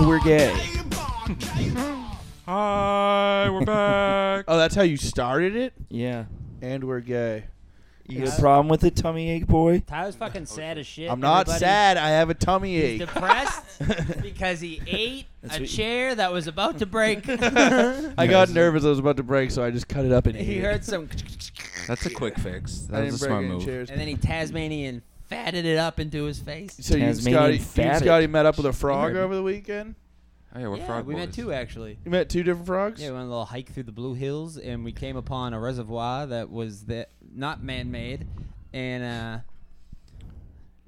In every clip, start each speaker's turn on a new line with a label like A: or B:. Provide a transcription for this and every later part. A: we're gay.
B: Hi, we're back.
C: Oh, that's how you started it?
A: Yeah.
C: And we're gay.
A: You got a problem with it, tummy ache boy?
D: Tyler's fucking sad as shit.
C: I'm not
D: everybody.
C: sad. I have a tummy
D: He's
C: ache.
D: depressed because he ate
A: That's what
D: a
A: you-
D: chair that was about to break.
C: I got nervous. I was about to break, so I just cut it up and
D: he
C: ate it.
D: heard some,
B: That's a quick fix.
C: I
B: That
C: didn't
B: was a
C: break
B: smart
C: any
B: move.
C: chairs.
D: and then he Tasmanian fatted it up into his face.
C: So you,
A: Tasmanian
C: Scotty, you,
A: fatted.
C: Scotty met up with a frog
A: Heard.
C: over the weekend.
B: Oh yeah, we're
D: yeah,
B: frog
D: we met
B: boys.
D: two actually.
C: You met two different frogs.
D: Yeah, we went on a little hike through the Blue Hills, and we came upon a reservoir that was that not man-made, and uh,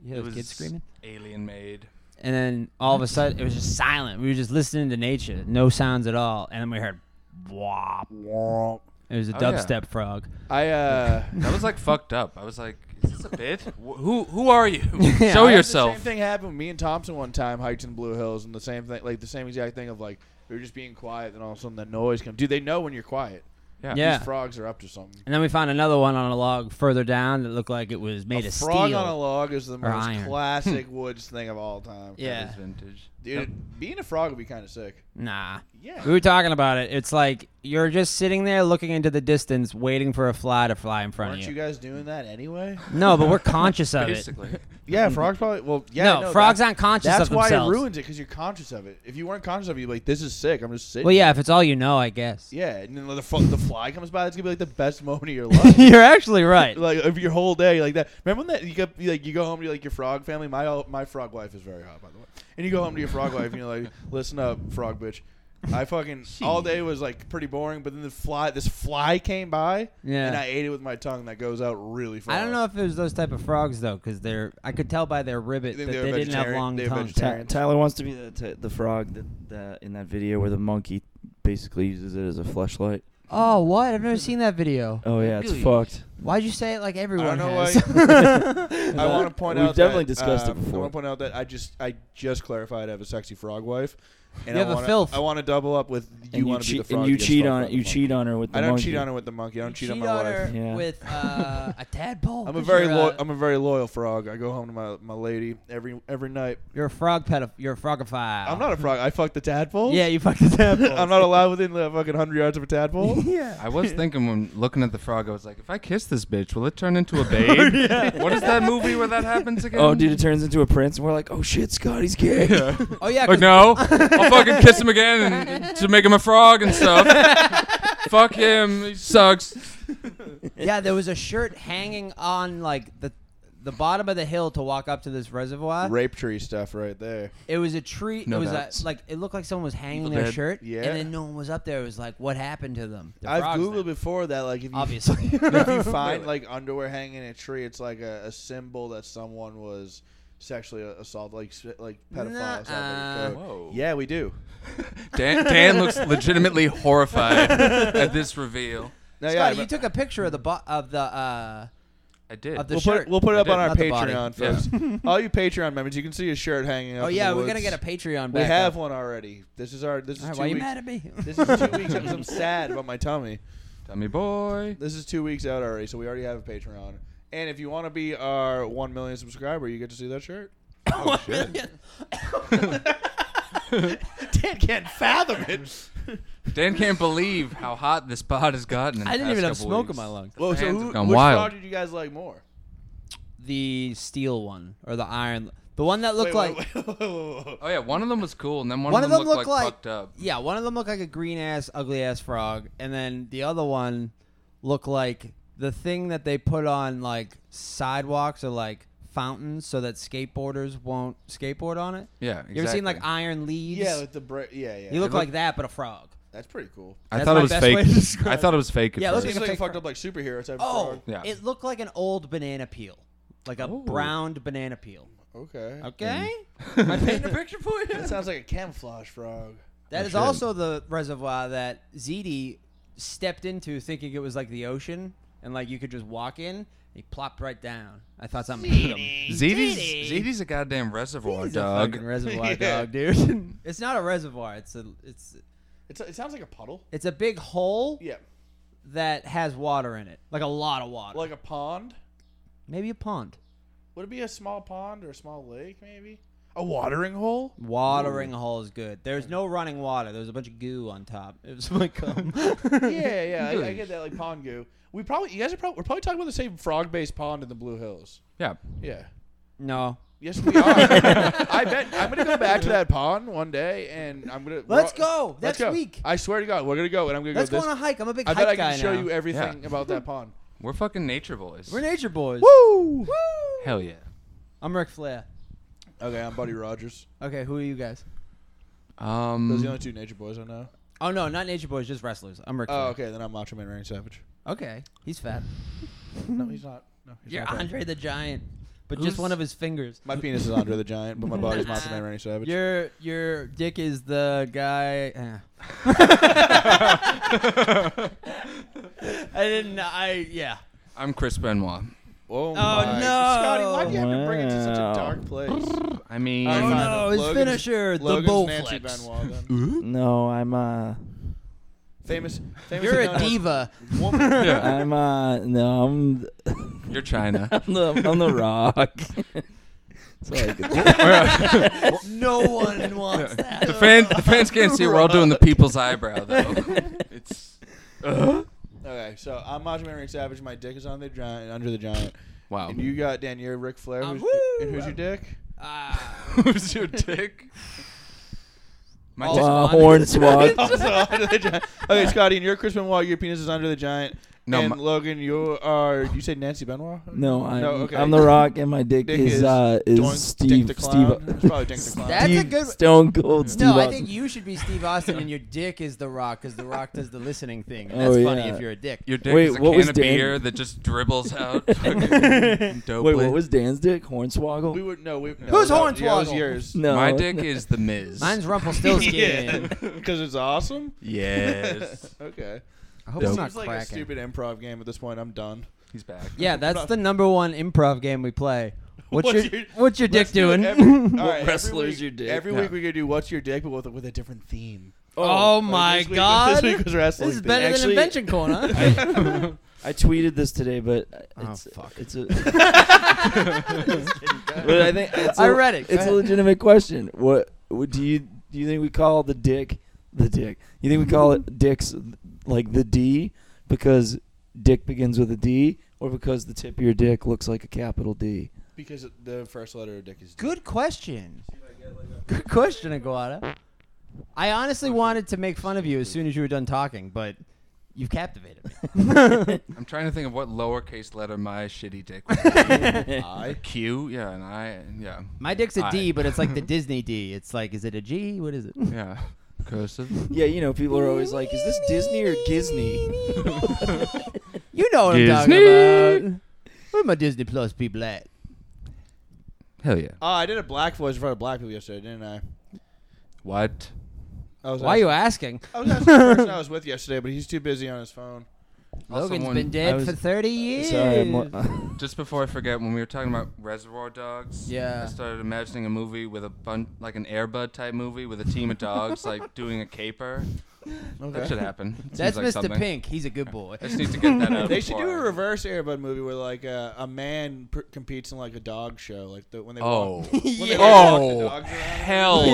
D: you hear
B: It
D: those
B: was
D: kids screaming.
B: Alien made.
D: And then all of a sudden, it was just silent. We were just listening to nature, no sounds at all. And then we heard wop. It was a
B: Oh, yeah.
D: dubstep frog.
C: I uh,
B: That was like fucked up. I was like, is this a bit? Wh- who who are you?
D: Yeah,
B: Show
D: I
C: had
B: yourself.
C: The same thing happened. with Me and Thompson one time hiked in Blue Hills, and the same thing, like the same exact thing of like we were just being quiet, and all of a sudden the noise comes. Dude, they know when you're quiet.
D: Yeah.
C: These frogs are up to something.
D: And then we found another one on a log further down that looked like it was made
C: a
D: of
C: frog
D: steel.
C: on a log is the most
D: iron.
C: classic woods thing of all time.
D: yeah.
B: That is vintage.
C: Dude, being a frog would be kind of sick.
D: Nah.
C: Yeah.
D: We were talking about it. It's like you're just sitting there looking into the distance, waiting for a fly to fly in front
C: Aren't
D: of
C: you
D: you.
C: guys doing that anyway?
D: no, but we're conscious of it.
B: Basically.
C: Yeah, frogs probably. Well, yeah.
D: No, frogs
C: that's-
D: aren't conscious
C: That's
D: of
C: why
D: themselves.
C: it ruins it because you're conscious of it. If you weren't conscious of it, you'd be like, "This is sick. I'm just sitting."
D: Well, yeah, if it's all you know, I guess.
C: Yeah, and then the fro- the fly comes by. That's gonna be like the best moment of your life.
D: you're actually right.
C: like of your whole day like that. Remember when that you go you, like you go home to like your frog family. My my frog wife is very hot by the way. And you go home to your frog wife and you're like, listen up, frog bitch. I fucking all day was like pretty boring, but then the fly this fly came by
D: Yeah.
C: and I ate it with my tongue. That goes out really far.
D: I don't know if it was those type of frogs though, because they're I could tell by their ribbit
C: They-
D: that
C: they're
D: they didn't have
C: vegetarian-
D: long
C: they're
D: tongues.
C: vegetarian.
D: Ty-
A: Ty- Tyler wants to be the, t- the frog that, that in that video where the monkey basically uses it as a flashlight.
D: Oh, what? I've never seen that video.
A: Oh yeah, it's
B: Really?
A: fucked.
D: Why'd you say it like everyone
C: I don't know
D: has?
C: why. I want to point
A: We've
C: out
A: definitely
C: that,
A: discussed it
C: um, I
A: before.
C: want to point out that I just I just clarified I have a sexy frog wife. And
D: You have
C: I
D: a
C: wanna,
D: filth.
C: I want to double up with you,
A: and you
C: want to be the
A: cheat
C: frog.
A: and you
C: that gets
A: cheat
C: fucked
A: on
C: by
A: it.
C: the
A: You
C: monkey.
A: cheat on her with the
C: I don't
A: monkey.
C: cheat on her with the monkey. I don't cheat on my
D: on
C: wife.
D: her
A: Yeah.
D: with uh, a
C: I'm
D: tadpole.
C: a
D: 'cause
C: very
D: you're uh,
C: lo-
D: a,
C: I'm a very loyal frog. I go home to my, my lady every every night.
D: you're a frog pedoph- You're a frogophile.
C: I'm not a frog. I fuck the tadpole.
D: Yeah, you fucked the tadpole.
C: I'm not allowed within the fucking hundred yards of a tadpole.
B: I was thinking when looking at the frog, I was like, if I kiss this bitch, will it turn into a babe?
D: Oh,
B: What is that movie where that happens again?
A: Oh, dude, it turns into a prince, and we're like, oh shit, Scotty's gay.
D: Oh yeah, 'cause
B: Like no, I'll fucking kiss him again and, to make him a frog and stuff. Fuck him, he sucks.
D: yeah, there was a shirt hanging on like the the bottom of the hill to walk up to this reservoir.
C: Rape tree stuff right there.
D: It was a tree.
B: No
D: it was a,
B: doubts.
D: like it looked like someone was hanging
B: Evil
D: their
B: Dead.
D: shirt,
C: Yeah.
D: and then no one was up there. It was like, what happened to them? The
C: I've
D: frogs
C: googled
D: then.
C: before that. Like if you
D: obviously.
C: if you find like underwear hanging in a tree, it's like a, a symbol that someone was sexually assaulted, like s- like pedophile. assault.
D: Nuh-uh.
C: like, uh,
B: Whoa.
C: Yeah, we do.
B: Dan, Dan looks legitimately horrified at this reveal.
C: No, yeah,
D: Scott,
C: but-
D: you took a picture of the bo- of the uh,
B: I did.
D: of the
C: We'll put,
D: shirt.
C: it, we'll put it
B: I
C: up on
B: did.
C: our
D: Not the body.
C: Patreon,
B: Yeah.
C: folks. All you Patreon members, you can see a shirt hanging up.
D: oh
C: in
D: yeah,
C: the
D: we're gonna
C: woods.
D: get a Patreon.
C: We
D: back
C: have
D: up.
C: one already. This is our. This is
D: All right,
C: two
D: why you
C: weeks.
D: mad at me?
C: This is two weeks because I'm sad about my tummy.
B: Tommy boy.
C: This is two weeks out already, so we already have a Patreon. And if you want to be our one million subscriber, you get to see that shirt.
B: Oh shit.
C: Dan can't fathom it.
B: Dan can't believe how hot this pod has gotten. in the
D: I didn't
B: past
D: even have
B: couple
D: smoke
B: weeks.
D: in my lungs.
C: Well, so
B: fans
C: who,
B: have
C: which
B: gone wild.
C: frog did you guys like more?
D: The steel one or the iron, the one that looked
C: Wait, wait,
D: like.
C: wait, wait, wait, wait,
B: Oh yeah, one of them was cool, and then one,
D: One
B: of them, looked, like, fucked up.
D: Yeah, one of them looked like a green ass, ugly ass frog, and then the other one looked like the thing that they put on like sidewalks or like fountains so that skateboarders won't skateboard on it.
B: Yeah, exactly.
D: You ever seen like iron leaves?
C: Yeah, with the bra- yeah, yeah.
D: he looked
B: look-
D: like that, but a frog.
C: That's pretty cool.
B: I
D: That's
B: thought
D: my
B: it was
D: best way to
B: fake.
D: describe
B: I
D: it.
B: thouks it was fake. At
D: Yeah, it
B: first.
C: It's
D: looks a
C: like a
D: fake
C: fucked
D: frog.
C: up like superhero type
D: Oh,
C: frog.
B: Yeah.
D: it looked like an old banana peel, like a
B: Ooh.
D: browned banana peel. Mm.
C: Okay.
D: Okay, am I painting a picture for you?
C: That sounds like a camouflage frog.
D: That
B: Oh,
D: is
B: shit.
D: also the reservoir that ZD stepped into thinking it was like the ocean and like you could just walk in. He plopped right down. I thought something hit him.
B: ZD's
D: Ziti.
B: ZD's a goddamn reservoir
D: He's a
B: dog.
D: fucking reservoir
C: Yeah.
D: dog, dude. it's not a reservoir. It's a it's
C: It's, it sounds like a puddle.
D: it's a big hole
C: Yeah,
D: that has water in it, like a lot of water,
C: like a pond.
D: maybe a pond.
C: Would it be a small pond or a small lake? Maybe. A watering hole?
D: Watering hole is good. There's no running water. There was a bunch of goo on top. It was like um,
C: yeah, yeah, I, I get that like pond goo. We probably you guys are probably we're probably talking about the same frog-based pond in the Blue Hills.
B: Yeah.
C: Yeah.
D: no.
C: Yes, we are. I bet I'm gonna go back to that pond one day, and I'm gonna.
D: Let's
C: we're all-
D: go next week.
C: I swear to God, we're gonna go, and I'm gonna
D: Let's
C: go.
D: go
C: This,
D: on a hike. I'm a big
C: I
D: hike
C: bet I
D: guy
C: can show
D: now.
C: you everything
B: Yeah.
C: about that pond.
B: We're fucking nature boys.
D: We're nature boys.
C: Woo!
B: Hell yeah.
D: I'm Ric Flair.
C: Okay, I'm Buddy Rogers.
D: Okay, who are you guys?
B: Um,
C: Those are the only two nature boys I know.
D: Oh no, not nature boys, just wrestlers. I'm Ric Flair.
C: Oh, okay, then I'm Macho Man Randy Savage.
D: okay, he's fat.
C: No, he's not. No, he's
D: You're
C: not. fat.
D: Andre the Giant, but
B: Who's-
D: just one of his fingers.
C: My penis is Andre the Giant, but my body's Macho Man Randy Savage.
D: Your your dick is the guy. eh. I didn't. I yeah.
B: I'm Chris Benoit.
C: oh,
D: no.
C: Scotty, why do you have to bring it to such a
A: Wow.
C: dark place?
B: I mean,
C: Oh, no.
D: no, his
C: Logan's-
D: finisher, the
C: Logan's
D: bull
C: Nancy
D: flex.
C: Benoit, then.
A: No, I'm uh,
C: famous, famous.
D: You're a diva.
C: Woman.
B: Yeah.
A: I'm uh, no, I'm th-
B: you're China.
A: I'm the I'm the Rock. That's all I can do.
D: no one wants that.
B: the, fan, the fans can't see. We're all doing the people's eyebrow though. it's
A: Uh-huh.
C: Okay, so I'm Macho Man Randy Savage. My dick is on the giant, under the giant.
B: wow.
C: And you got Dan, you're Ric Flair.
D: Um,
C: Who's,
D: woo!
C: and who's your dick?
D: Ah.
B: Who's your dick? My
D: Oh,
B: dick-
A: Uh,
D: Swan.
A: Hornswoggle.
C: Also Oh, under the giant. Okay, Scotty, and you're Chris Benoit. Your penis is under the giant.
B: No,
C: and
B: my-
C: Logan, you are. You said Nancy Benoit?
A: No, I'm,
C: No, okay.
A: I'm the Rock, and my dick,
C: Dick
A: is,
C: is
A: uh is
C: Doink-
A: Steve
C: Dick the
A: Steve.
C: Clown. It's probably Dick the Clown.
D: That's a
A: Steve-
D: good-
A: Stone Cold Steve.
D: No, I
A: Austin.
D: think you should be Steve Austin and your dick is The Rock because The Rock does the listening thing. And
A: Oh,
D: that's funny
A: yeah.
D: if you're a dick.
B: Your dick
A: Wait,
B: is a
A: what
B: can
A: was
B: of
A: Dan-
B: beer that just dribbles out.
A: Wait, what was Dan's dick? Hornswoggle.
C: We would no. We, no
D: Who's
C: that- Yeah, it was
D: Hornswoggle?
C: yours.
A: no,
B: My dick is the Miz.
D: Mine's Rumpelstiltskin.
C: because it's awesome.
B: yes.
C: Okay.
D: I hope
B: This
D: it's
C: Seems
D: not
C: like a
D: cracking.
C: stupid improv game at this point. I'm done.
B: He's back.
D: Yeah, that's the number one improv game we play. What's,
C: What's
D: your,
C: your-
D: What's your dick
C: Let's do it
D: doing?
C: every- all right, every
A: wrestler's
C: week-
A: your dick?
C: Every
B: Yeah.
C: week we could do what's your dick, but with, with a different theme.
D: oh my
C: this week- this
D: god!
C: week was wrestling
D: This is
C: theme.
D: better than
A: Actually-
D: Invention Corner.
A: I tweeted this today, but it's
D: fuck.
A: it's a. but I think it's a-
D: I read it. Go
A: It's a
D: ahead.
A: legitimate question. What, what do you do? You think we call the dick the dick? You think we call it dicks like the D because dick begins with a D, or because the tip of your dick looks like a capital D?
C: Because the first letter of dick is
D: Good question. Good question, Aguada. I honestly wanted to make fun of you as soon as you were done talking, but you've captivated me.
B: I'm trying to think of what lowercase letter my shitty dick would be. I? Q? Yeah, and I. Yeah.
D: My dick's a
B: I-
D: D, but it's like the Disney D. It's like, is it a G? What is it?
B: Yeah. Cursive.
A: Yeah, you know, people are always like, "Is this Disney or Gisney?"
D: You know what I'm talking
B: Disney.
D: about. Where my Disney Plus people at?
B: Hell yeah.
C: Oh, I did a black voice in front of black people yesterday, didn't I?
B: What?
C: I was
D: Why are you asking?
C: I was asking the person I was with yesterday, but he's too busy on his phone.
D: Logan's
B: someone-
D: been
A: I
D: dead
A: was-
D: for 30 years.
A: Sorry, I'm, lo-
B: Just before I forget, when we were talking about Reservoir Dogs,
D: Yeah.
B: I started imagining a movie with a bun, like an Airbud type movie with a team of dogs, like doing a caper. That should happen. It
D: That's
B: seems like
D: Mr.
B: something.
D: Pink. He's a good boy.
B: I just need to get that out.
C: They should do a
B: before I-
C: reverse Airbud movie where like uh, a man pr- competes in like a dog show, like the, when they
B: Oh.
C: walk. When they
D: Yeah.
C: walk the
B: Oh.
C: dogs around.
B: Hell
D: Yeah,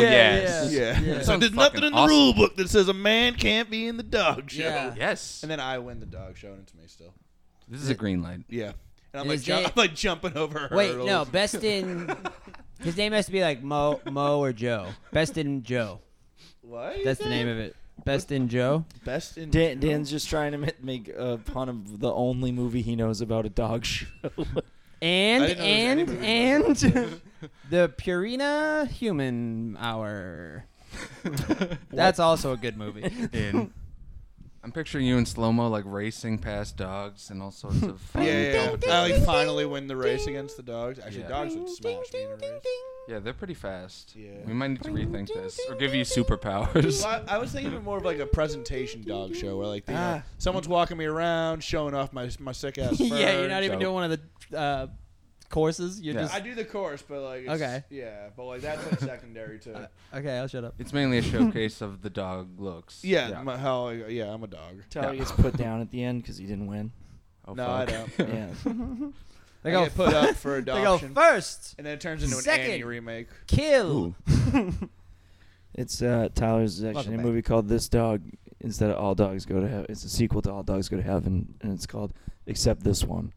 B: yes.
C: Yeah. So
B: Sounds
C: there's nothing
B: fucking
C: in the
B: awesome.
C: rule book that says a man can't be in the dog show.
D: Yeah.
B: Yes.
C: And then I win the dog show, and it's me still.
B: This is a green light.
C: Yeah. And I'm
D: And
C: like,
D: is
C: ju-
D: it-
C: I'm like jumping over her.
D: Wait, no, best in. His name has to be like Mo, Mo or Joe. Best in Joe.
C: What?
D: That's the name of it. Best in Joe.
C: Best in
A: Dan, Dan's just trying to ma- make a pun of the only movie he knows about a dog show.
D: And
C: I didn't
D: and
C: know there was
D: and the Purina Human Hour. That's also a good movie.
B: In. I'm picturing you in slow mo, like racing past dogs and all sorts of. Fun
C: Yeah, yeah,
B: competitions.
C: yeah. I like finally win the race against the dogs. Actually,
B: Yeah.
C: dogs would smash me in a race.
B: Yeah, they're pretty fast.
C: Yeah.
B: We might need to rethink this or give you superpowers.
C: Well, I, I was thinking more of like a presentation dog show where like the, uh,
A: Ah.
C: someone's walking me around, showing off my my sick ass.
D: yeah, you're not even
B: Joe.
D: doing one of the uh, courses. You're
B: Yeah.
D: just
C: I do the course, but like it's,
D: Okay.
C: yeah, but like that's like secondary to
D: okay. I'll shut up.
B: It's mainly a showcase of the dog looks.
C: yeah, My, how I- yeah I'm a dog.
A: Tell he gets put down at the end because he didn't win.
B: Oh,
C: no, I
B: fuck.
C: don't.
A: Yeah.
D: They go
C: get put up for
D: They go
C: adoption,
D: first.
C: and then it turns into an
D: second.
C: Annie remake.
D: Kill.
A: It's uh, Tyler's
D: Welcome
A: actually in a
D: back.
A: movie called This Dog instead of All Dogs Go to Heaven. It's a sequel to All Dogs Go to Heaven, and it's called Except This One.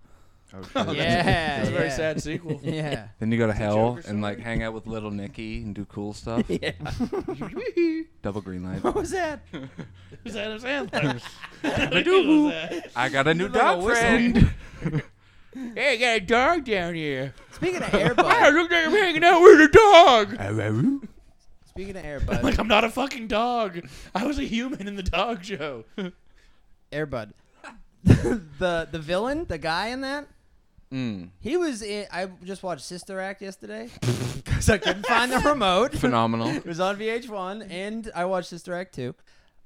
D: yeah.
C: It's a very
D: yeah.
C: sad sequel.
D: Yeah.
B: Then you go to hell
C: Joker
B: and like
C: story.
B: hang out with little Nicky and do cool stuff. Double green light.
D: What was that?
C: Is that a Sandler?
B: I got a new
D: Like a
B: dog
D: whistle.
B: friend.
C: hey, I got a dog down here.
D: Speaking of
C: I
D: Airbud.
C: look like I'm hanging out with a dog.
D: speaking of Airbud.
C: Like I'm not a fucking dog. I was a human in the dog show.
D: Airbud. the the villain, the guy in that,
B: Mm.
D: he was. In, I just watched Sister Act yesterday because I couldn't find the remote.
B: Phenomenal.
D: It was on VH1, and I watched Sister Act too.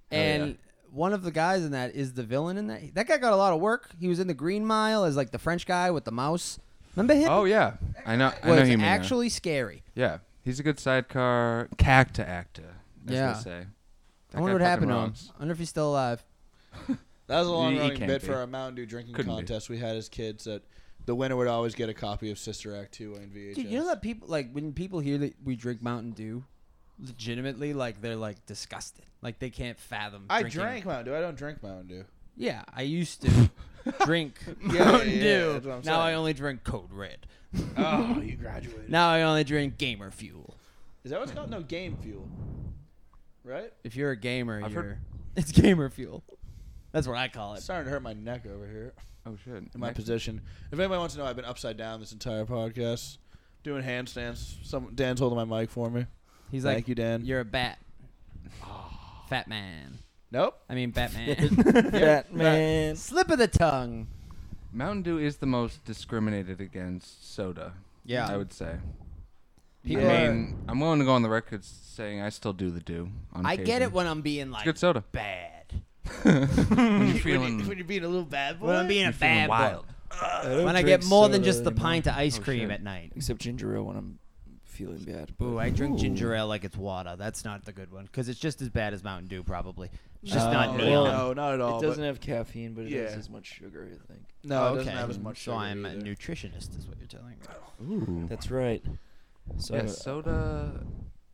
B: Hell
D: And
B: yeah.
D: one of the guys in that is the villain in that. That guy got a lot of work. He was in the Green Mile as like the French guy with the mouse. Remember him?
B: Oh yeah, I know. I know
D: was
B: who you mean now.
D: actually scary.
B: Yeah, he's a good sidecar cacta actor. As
D: Yeah.
B: They say. That
D: I wonder
B: guy
D: what happened to
B: fucking
D: him.
B: rocks.
D: I wonder if he's still alive.
C: That was a long
B: He
C: running
B: can't
C: bit
B: be.
C: for our Mountain Dew drinking
B: Couldn't be.
C: contest we had as kids that the winner would always get a copy of Sister Act 2 on VHS.
D: Dude, you know that people like when people hear that we drink Mountain Dew, legitimately like they're like disgusted. Like they can't fathom.
C: I
D: drinking.
C: drank Mountain Dew. I don't drink Mountain Dew.
D: Yeah, I used to drink
C: yeah,
D: Mountain
C: yeah,
D: Dew.
C: that's what I'm
D: now I
C: saying.
D: only drink Code Red.
C: Oh, you graduated.
D: Now I only drink Gamer Fuel.
C: Is that what's called? No, Game Fuel. Right?
D: If you're a gamer,
B: I've
D: you're
B: heard-
D: it's Gamer Fuel. That's what I call
C: It's
D: it.
C: starting to hurt my neck over here
B: Oh shit.
C: in my
B: Nick-
C: position. If anybody wants to know, I've been upside down this entire podcast, doing handstands. Some Dan's holding my mic for me.
D: He's
C: Thank
D: like,
C: you, Dan.
D: you're a bat.
B: Ah.
D: Fat man.
C: Nope.
D: I mean, Batman.
A: Batman.
D: Slip of the tongue.
B: Mountain Dew is the most discriminated against soda.
D: Yeah.
B: I would say.
D: People
B: I
D: are-
B: mean, I'm willing to go on the record saying I still do the do. On
D: I get it
B: occasion.
D: when I'm being
B: It's
D: like
B: good soda.
D: bad.
B: when you're
C: when,
B: feeling,
C: you, when you're being a little bad boy.
D: When I'm being a
B: you're feeling
D: bad
B: wild.
D: boy.
C: Uh,
A: I
D: When I get more than just the pint of ice
B: Oh,
D: cream
B: shit.
D: at night.
A: Except ginger ale when I'm feeling bad. but-
D: Ooh, I drink ginger ale like it's water. That's not the good one because it's just as bad as Mountain Dew, probably. It's just
A: No,
D: not
A: no,
D: neon.
C: Uh, No, not at all.
A: It
C: but-
A: doesn't have caffeine, but it has
C: Yeah.
A: as much sugar, I think.
C: no, it
D: okay.
C: doesn't have as much
D: So
C: sugar
D: I'm a
C: either. Uh-huh.
D: nutritionist, is what you're telling me.
B: Ooh.
A: That's right. So
B: Yeah, soda.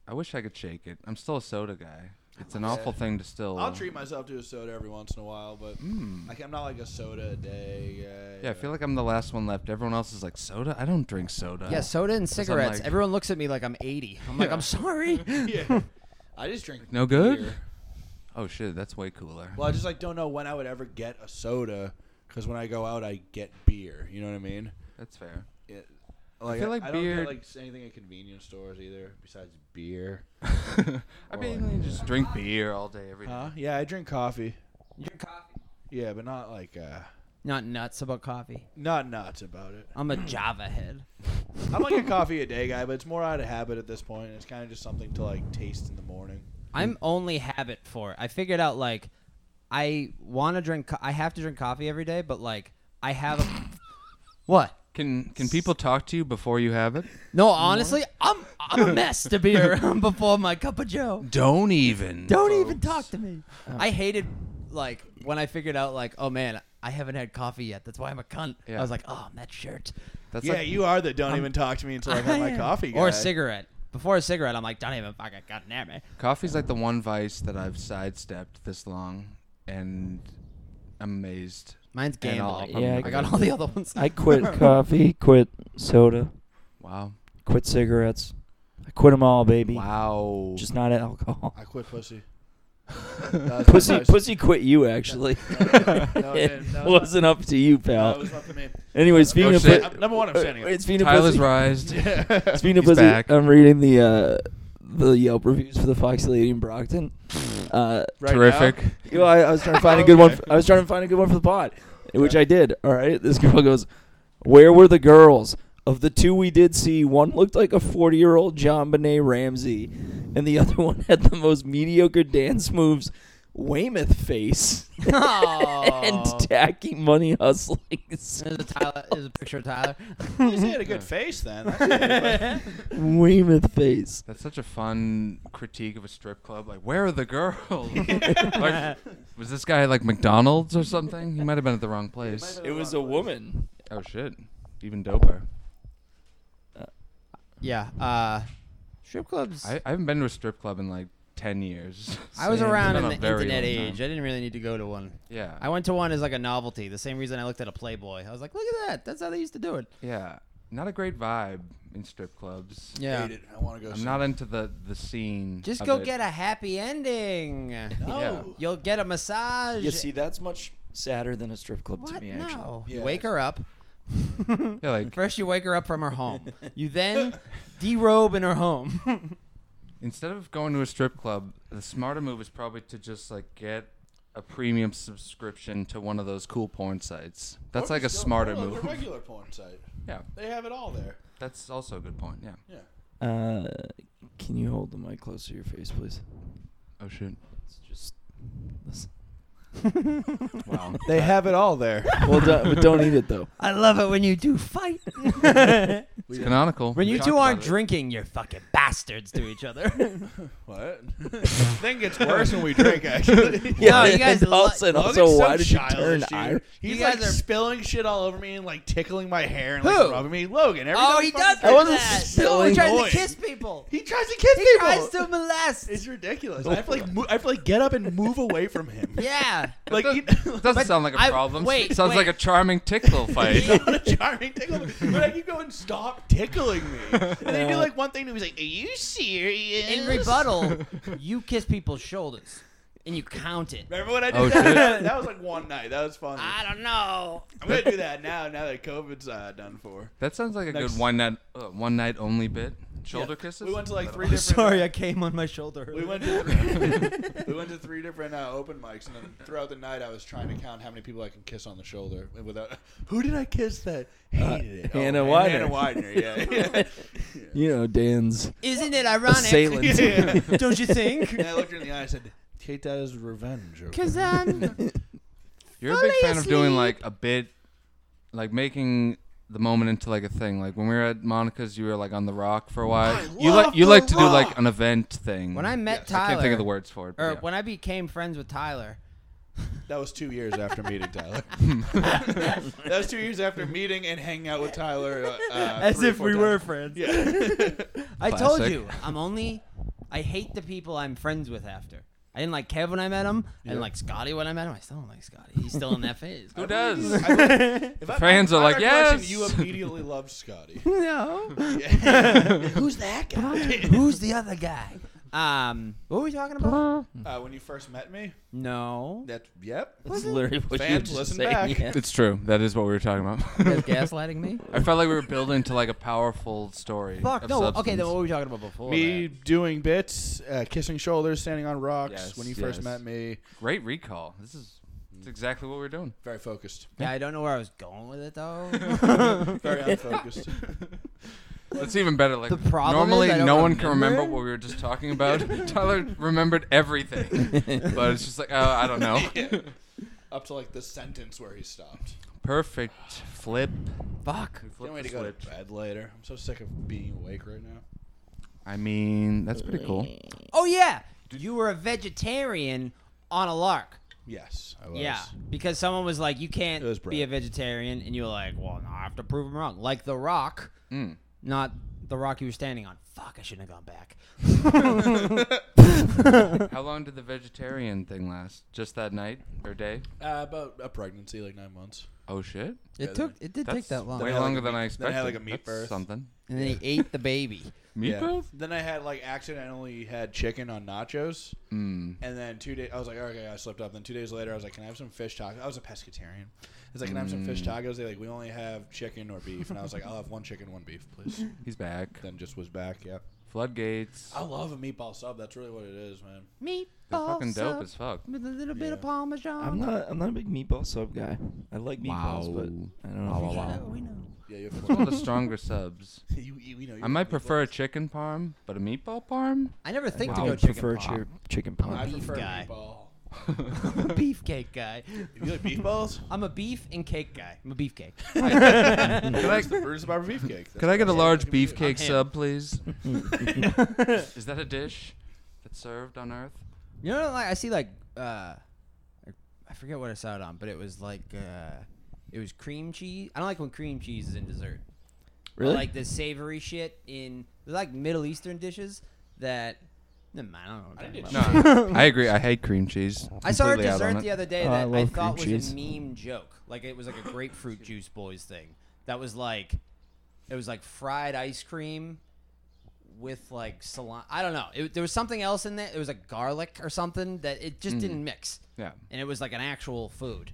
B: I wish I could shake it. I'm still a soda guy. It's an awful thing to still.
C: I'll treat myself to a soda every once in a while, but
B: Mm.
C: like, I'm not like a soda a day guy.
B: Yeah, I feel like I'm the last one left. Everyone else is like soda. I don't drink soda.
D: Yeah, soda and
B: I'm
D: cigarettes.
B: like-
D: Everyone looks at me like I'm 80. I'm like, I'm sorry.
C: yeah. I just drink
B: No good?
C: beer.
B: Oh shit, that's way cooler.
C: Well, I just like don't know when I would ever get a soda because when I go out, I get beer. You know what I mean?
B: That's fair.
C: It, like,
B: feel like
C: I don't
B: beer-
C: get like s- anything at convenience stores either, besides beer.
B: I mean, just drink beer all day every day.
D: Uh,
C: Huh? Yeah, I drink coffee.
D: Your coffee.
C: Yeah, but not like uh,
D: Not nuts about coffee.
C: not nuts about it.
D: I'm a Java head.
C: I'm like a coffee a day guy, but it's more out of habit at this point. It's kind of just something to like taste in the morning.
D: I'm only habit for it. I figured out like I want to drink. Co- I have to drink coffee every day, but like I have a what?
B: Can can people talk to you before you have it?
D: No, honestly, I'm I'm a mess to be around before my cup of Joe.
B: Don't even.
D: Don't even talk to me. I hated like when I figured out like, oh man, I haven't had coffee yet. That's why I'm a cunt. I
B: Yeah.
D: was like, oh, I'm that shirt.
B: That's
C: yeah,
B: like,
C: you are the don't even talk to me until I have my coffee guy.
D: or a cigarette. Before a cigarette, I'm like, don't even fucking goddamn it.
B: coffee's like the one vice that I've sidestepped this long, and I'm amazed.
D: Mine's
B: And I'll
D: gambling.
B: probably
A: Yeah, I
B: never
D: I got
B: get
D: all the other ones.
A: I quit coffee, quit soda,
B: it. Wow.
A: quit cigarettes. I quit them all, baby.
B: Wow.
A: Just not alcohol.
C: I quit pussy. That was my
A: Pussy,
C: vice.
A: pussy quit you actually.
C: No, it didn't. That was-
A: wasn't up to you,
C: No, it
A: pal.
C: was not for me.
A: Anyways, speaking
B: Oh,
A: of
B: shit.
A: pu-
C: I'm- number one, I'm standing.
A: uh,
C: up.
A: it's speaking of
B: Tyler's
A: pussy.
B: rised.
A: Speaking of
B: He's
A: pussy,
B: back.
A: I'm reading the uh, the Yelp reviews for the Fox Lady in Brockton. Uh,
C: Right now?
B: Terrific.
A: you know, I, I was trying to find a good one.
C: Okay.
A: f- I was trying to find a good one for the pod, which I did. All right, this girl goes, "Where were the girls?" Of the two we did see, one looked like a 40 year old John Benet Ramsey, and the other one had the most mediocre dance moves, Weymouth face, and
D: Oh.
A: tacky money hustling.
D: There's a Tyler. There's a picture of Tyler.
C: At least he had a good face then. That's good.
A: Weymouth face.
B: That's such a fun critique of a strip club. Like, where are the girls? like, was this guy at, like McDonald's or something? He might have been at the wrong place.
A: It was a woman.
B: Oh shit. even doper.
D: Yeah. Uh, strip clubs.
B: I, I haven't been to a strip club in like ten years.
D: I was
B: Same.
D: around in
B: Been
D: the
B: a very
D: internet
B: long time.
D: age. I didn't really need to go to one.
B: Yeah.
D: I went to one as like a novelty. The same reason I looked at a Playboy. I was like, look at that. That's how they used to do it.
B: yeah. Not a great vibe in strip clubs.
D: Yeah.
C: Hate it. I want to go.
B: I'm
C: see
B: not into the the scene.
D: Just
B: of
D: go
B: it.
D: get a happy ending.
B: Yeah.
D: You'll get a massage.
A: You see, that's much sadder than a strip club
D: what?
A: to me. Actually,
D: No. You
C: Yeah.
D: wake her up.
B: Yeah, like
D: First, you wake her up from her home. You then derobe in her home.
B: instead of going to a strip club, the smarter move is probably to just like get a premium subscription to one of those cool porn sites. That's
C: Or
B: like a
C: just go-
B: smarter
C: go to
B: move.
C: The regular porn site.
B: Yeah,
C: They have it all there.
B: that's also a good point. Yeah.
C: Yeah.
A: Uh, can you hold the mic close to your face, please?
B: Oh shit.
A: It's just. Listen.
B: Wow.
C: They have it all there.
A: Well, don't, but don't eat it though.
D: I love it when you do fight. when
B: It's canonical. We
D: you
B: talked
D: two
B: about
D: aren't
B: it.
D: drinking, you're fucking bastards to each other.
C: What? Thing gets worse when we drink. Actually.
D: No, you guys
A: and
D: lo-
A: also, and
C: Logan's
A: also,
C: so
A: why did you
C: childish,
A: turn
C: dude.
A: Irish?
C: He's
D: You
C: like
D: guys are-
C: spilling shit all over me and like tickling my hair and like
D: Who?
C: rubbing me. Logan. Every
D: oh,
C: time
D: he
C: fucking-
D: does.
A: I
D: do
A: wasn't
D: that.
A: spilling.
D: he tries
C: Boy.
D: to kiss people.
C: He tries to kiss
D: He
C: people.
D: tries to molest.
C: It's ridiculous. I have to like mo- I have to like get up and move away from him.
D: yeah.
C: Like he-
B: Doesn't
D: But
B: sound like a
D: I-
B: problem.
D: wait,
B: sounds
D: wait.
B: like a charming tickle fight.
D: Yeah.
C: what a charming tickle. But I keep going, stop tickling me. And then you do like one thing, and he's like, "Are you serious?"
D: In rebuttal, you kiss people's shoulders and you count it.
C: Remember when I did
B: Oh, shit.
C: that? That was like one night. That was funny.
D: I don't know.
C: I'm gonna do that now. Now that COVID's uh, done for.
B: that sounds like a
C: Next.
B: good one night uh, one night only bit. Shoulder kisses.
C: We went to like three
D: I'm
C: different.
D: sorry, I came on my shoulder.
C: We went to we went to three different uh, open mics, and then throughout the night, I was trying to count how many people I can kiss on the shoulder without. Who did I kiss that hated it?
A: Uh, Hannah
C: Han-
A: Widener.
C: Hannah Widener. Yeah. yeah.
A: You know, Dan's
D: Isn't it ironic?
A: assailant.
C: Yeah.
D: Don't you think?
C: And I looked her in the eye and said, "Take that as revenge." or
D: Cause I'm
B: You're a big fan of doing
D: asleep.
B: like a bit, like making the moment into like a thing. Like when we were at Monica's, you were like on the rock for a while.
C: I
B: you
C: love
B: like you
C: The
B: like to do like
C: Rock.
B: an event thing.
D: when I met
B: I
D: Tyler,
B: can't think of the words for it. but
D: or
B: yeah.
D: when I became friends with Tyler,
C: That was two years after meeting Tyler. that was two years after meeting and hanging out with Tyler. Uh, uh, three, four times.
D: friends.
C: Yeah.
D: I told
B: Classic.
D: you, I'm only. I hate the people I'm friends with after. I didn't like Kev when I met him. I didn't like Scotty when I met him. I still don't like Scotty. He's still in that phase.
B: who does?
C: I believe- if I-
B: fans
C: my
B: are like,
C: recollection,
B: "Yes!"
C: You immediately loved Scotty.
D: no.
C: Who's that guy?
D: Who's the other guy? Um, what were we talking about?
C: uh, when you first met me,
D: No.
C: that yep.
A: That's literally what you were
C: Fans,
A: just
C: listen
A: saying.
C: back.
A: yeah.
B: it's true. That is what we were talking
D: You guys
B: about.
D: gaslighting me?
B: I felt like we were building to like a powerful story.
D: Fuck
B: of
D: no. Okay,
B: substance.
D: then what were we talking about before?
C: Me
D: that?
C: doing bits, uh, kissing shoulders, standing on rocks.
B: Yes,
C: when you first
B: yes.
C: met me,
B: Great recall. This is it's exactly what we were doing.
C: very focused,
D: Yeah, I don't know where I was going with it though.
C: very unfocused.
B: That's even better. Like
D: The problem
B: normally,
D: is I don't
B: no one can
D: remember.
B: remember what we were just talking about. Tyler remembered everything, but it's just like, oh, I don't know.
C: Yeah. Up to like the sentence where he stopped.
B: Perfect flip.
D: Fuck.
B: We flipped
C: Can't wait
B: the
C: to go
B: script.
C: to bed later. I'm so sick of being awake right now.
B: I mean, that's pretty cool.
D: Oh yeah, you were a vegetarian on a lark.
C: Yes, I was.
D: Yeah, because someone was like, "You
C: It was
D: can't be a
C: Brett.
D: vegetarian," and you were like, "Well, no, I have to prove him wrong." Like The Rock,
B: Mm.
D: not the rock you were standing on. Fuck, I shouldn't have gone back.
B: How long did the vegetarian thing last? Just that night or day?
C: Uh, about a pregnancy, like nine months.
B: Oh shit!
D: It took. It did take
B: That's
D: that long.
B: way
C: had, like,
B: longer
C: a
B: than
C: meat-
B: I
C: then I
B: expected.
C: had, like, a meat
B: That's
C: birth.
B: something.
D: And then he ate the baby.
B: Meat
C: Yeah.
B: birth?
C: Then I had like accidentally had chicken on nachos,
B: Mm.
C: and then two days I was like, okay, I slipped up. Then two days later, I was like, can I have some fish tacos? I was a pescatarian. I was like, can I have some fish
B: Mm.
C: tacos? They like, we only have chicken or beef, and I was like, I'll have one chicken, one beef, please.
B: He's back.
C: then just was back. Yeah, Oh,
B: Floodgates.
C: I love a meatball sub. That's really what it is, man.
D: Meatballs
B: They're fucking dope
D: up
B: as fuck.
D: with a little bit of
C: Yeah.
D: parmesan.
A: I'm not. I'm not a big meatball sub guy. I like meatballs, but
B: Wow.
A: I don't know.
B: Wow,
A: if
B: wow,
A: you-
B: wow.
D: Yeah, we know.
C: Yeah, you
B: It's one of the stronger subs.
C: you, you, you know, you
B: I
C: have
B: might
C: meatballs.
B: prefer a chicken parm, but a meatball parm?
D: I never think
B: Wow.
D: to go
A: I
D: chicken
A: prefer
D: parm.
A: chi- chicken
C: I
A: parm.
D: beef
C: prefer
D: guy.
C: meatball.
D: I'm a beefcake guy.
C: You like beef balls?
D: I'm a beef and cake guy. I'm a beefcake.
B: Could I,
C: It's the Brutus Barber beef cake.
B: could I get a large beef
D: I'm
B: cake
D: him.
B: sub, please? Is that a dish that's served on Earth?
D: You know, like I see, like uh, I forget what I saw it on, but it was like uh, It was cream cheese. I don't like when cream cheese is in dessert. I
A: Really?
D: like the savory shit in they're like Middle Eastern dishes that. Never mind, I don't know what I'm talking about.
B: No, I agree. I hate cream cheese.
D: I saw a
B: Completely out on
D: dessert
B: it.
D: the other day
A: Oh, I
D: that I,
A: love
D: thought was
A: cream
D: a meme joke. Like it was like a grapefruit juice boys thing. That was like it was like fried ice cream with like salami. I don't know. It, there was something else in there. It was like garlic or something that it just didn't mix.
B: Yeah.
D: And it was like an actual food.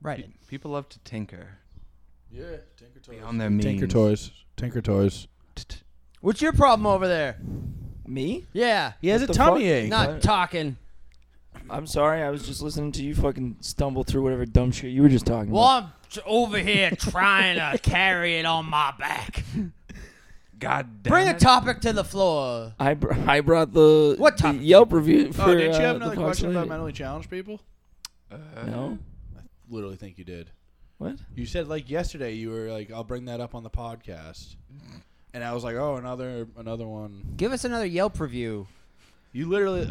D: Right.
B: People love to tinker
C: Yeah, Tinker Toys.
B: on their memes.
C: Tinker Toys. Tinker Toys.
D: What's your problem over there?
A: Me?
D: Yeah.
C: He has
A: What
C: a
A: the fuck?
C: tummy ache.
D: Not talking.
A: I'm sorry. I was just listening to you fucking stumble through whatever dumb shit you were just talking
D: Well,
A: about.
D: I'm t- over here trying to carry it on my back.
B: God damn
D: Bring a
B: it.
D: topic to the floor.
A: I, br- I brought the,
D: What
A: the
D: topic?
A: Yelp review for
C: Oh, did
A: uh,
C: you have
A: the
C: another
A: Fox
C: question
A: lady.
C: about mentally challenged people?
B: Uh,
A: No.
C: Literally think you did.
A: What?
C: You said like yesterday you were like I'll bring that up on the podcast. And I was like, "Oh, another another one."
D: Give us another Yelp review.
C: You literally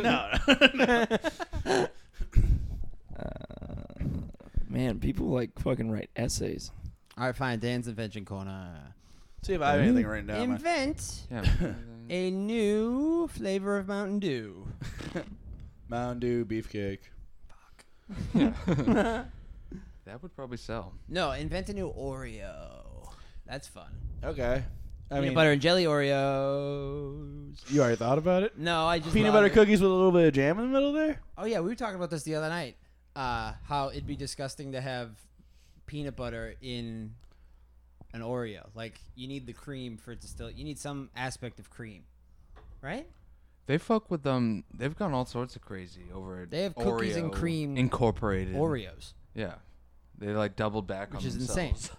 C: No.
A: Uh, man, people like fucking write essays.
D: All right, fine. Dan's invention corner.
C: See if I have anything right now. man.
D: Invent
B: Yeah.
D: a new flavor of Mountain Dew.
C: Mountain Dew beefcake.
B: Yeah. that would probably sell.
D: No, invent a new Oreo. That's fun.
C: Okay. I
D: peanut
C: mean,
D: butter and jelly Oreos.
C: you already thought about it?
D: No, I just
C: Peanut
D: love
C: butter
D: it.
C: cookies with a little bit of jam in the middle there?
D: Oh yeah, we were talking about this the other night. Uh, how it'd be disgusting to have peanut butter in an Oreo. Like you need the cream for it to still. You need some aspect of cream, right?
B: They fuck with them. They've gone all sorts of crazy over it.
D: They have cookies and cream
B: incorporated.
D: Oreos.
B: Yeah. They like doubled back
D: Which
B: on
D: is insane.
B: themselves.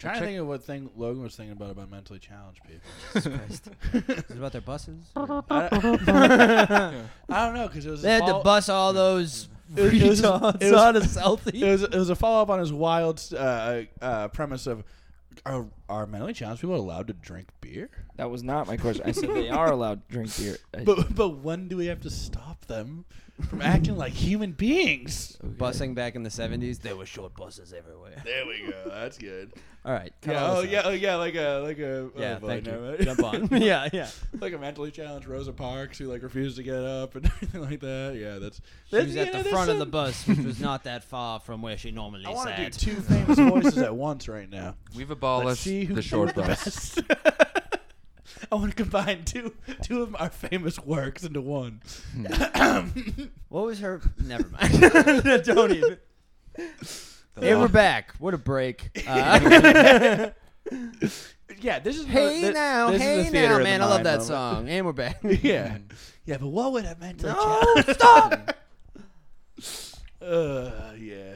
C: trying to
B: check-
C: think of what thing Logan was thinking about about mentally challenged people.
D: Christ. Is it about their buses?
C: I don't, I don't know because it was
D: They
C: a
D: had to
C: follow-
D: bus all those
C: It was- it was-
D: retards
C: it was-
D: out of
C: It
D: Southie.
C: was it was a follow up on his wild uh, uh, premise of are, are mentally challenged people allowed to drink beer?
A: That was not my question. I said they are allowed to drink beer. I-
C: But but when do we have to stop them from acting like human beings?
D: Busing back in the 70s, there were short buses everywhere.
C: There we go. That's good.
D: All right. cut
C: Yeah,
D: all
C: oh
D: this
C: yeah,
D: out.
C: oh yeah, like a like a oh,
D: Yeah,
C: boy,
D: thank
C: never
D: you.
C: mind.
D: Jump on. yeah, yeah.
C: like a mentally challenged Rosa Parks who like refused to get up and everything like that. Yeah, that's.
D: She
C: that's-
D: was
C: you
D: at
C: know,
D: the
C: there's
D: front of
C: some-
D: the bus, which was not that far from where she normally
C: I want to do
D: sat.
C: two famous voices at once right now.
B: We've
C: Let's
B: abolished
C: see who
B: the
C: can
B: short
C: do the
B: bus.
C: best. I want to combine two two of our famous works into one.
D: Hmm. What was her? Never mind. Don't even. Hey, we're back. What a break. Uh,
C: Yeah, this is
D: hey
C: the,
D: now,
C: this is the
D: hey
C: theater
D: now,
C: of the
D: man. I love
C: mind
D: that
C: moment.
D: song. And we're back.
C: Yeah, yeah, but what would I meant to?
D: No,
C: ch-
D: stop.
C: Uh, yeah.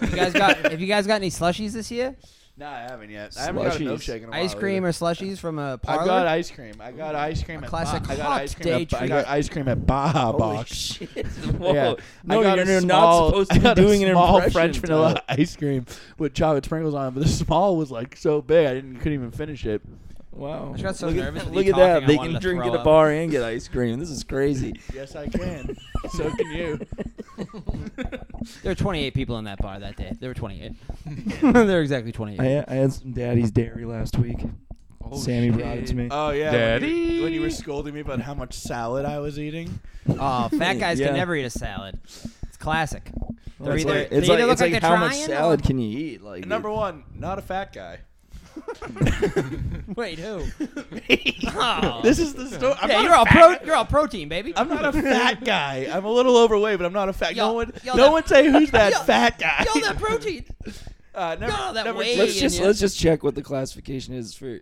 D: you guys got? Have you guys got any slushies this year?
C: No, I haven't yet. I haven't got a
A: Slushies.
C: milkshake in a while.
D: Ice cream
C: either.
D: or slushies from a parlor?
C: I got ice cream. I got ice cream. At
D: classic
C: Ba- I got
D: hot
C: ice cream.
D: day
C: At, I
D: treat.
C: got ice cream at Baja
A: Holy
C: Box.
A: shit. Whoa.
C: Yeah.
A: No,
C: I got
A: you're,
C: a
A: you're
C: small-
A: not supposed
C: I
A: to be
C: got
A: doing
C: a
A: an
C: small
A: impression,
C: French vanilla
A: Tyler.
C: ice cream with chocolate sprinkles on it, but the small was like so big I didn't couldn't even finish it.
A: Wow.
D: I just got so
A: look
D: nervous
A: at,
D: with
A: look
D: you
A: at that.
D: talking, I
A: They
D: wanted
A: can
D: to
A: drink
D: throw
A: at a
D: up.
A: bar and get ice cream. This is crazy.
C: Yes, I can. so can you.
D: There were 28 people in that bar that day. There were 28. there were exactly 28.
A: I had, I had some daddy's dairy last week.
B: Oh,
A: Sammy brought it
B: shit.
A: to me.
C: Oh yeah, When
B: Daddy.
C: you, when you were scolding me about how much salad I was eating.
D: Oh, fat guys
A: Yeah.
D: can never eat a salad. It's classic.
A: Well,
D: They're
A: it's
D: either-
A: like,
D: they
A: it's
D: either
A: like,
D: look
A: it's
D: like
A: like
D: they're
A: how much
D: trying or-
A: salad can you eat? Like
C: Number one, not a fat guy.
D: Wait, who? Oh.
C: This is the story. I'm
D: yeah,
C: not
D: you're
C: a
D: all pro.
C: fat-
D: You're all protein, baby.
C: I'm not a fat guy. I'm a little overweight, but I'm not a fat.
D: Yo,
C: no one,
D: yo,
C: no
D: that-
C: one say who's that
D: yo,
C: fat guy.
D: Yo, that protein.
C: uh, number,
D: yo, that
C: number
D: weight.
C: two-
A: Let's
D: Hey,
A: just
D: and-
A: let's just check what the classification is for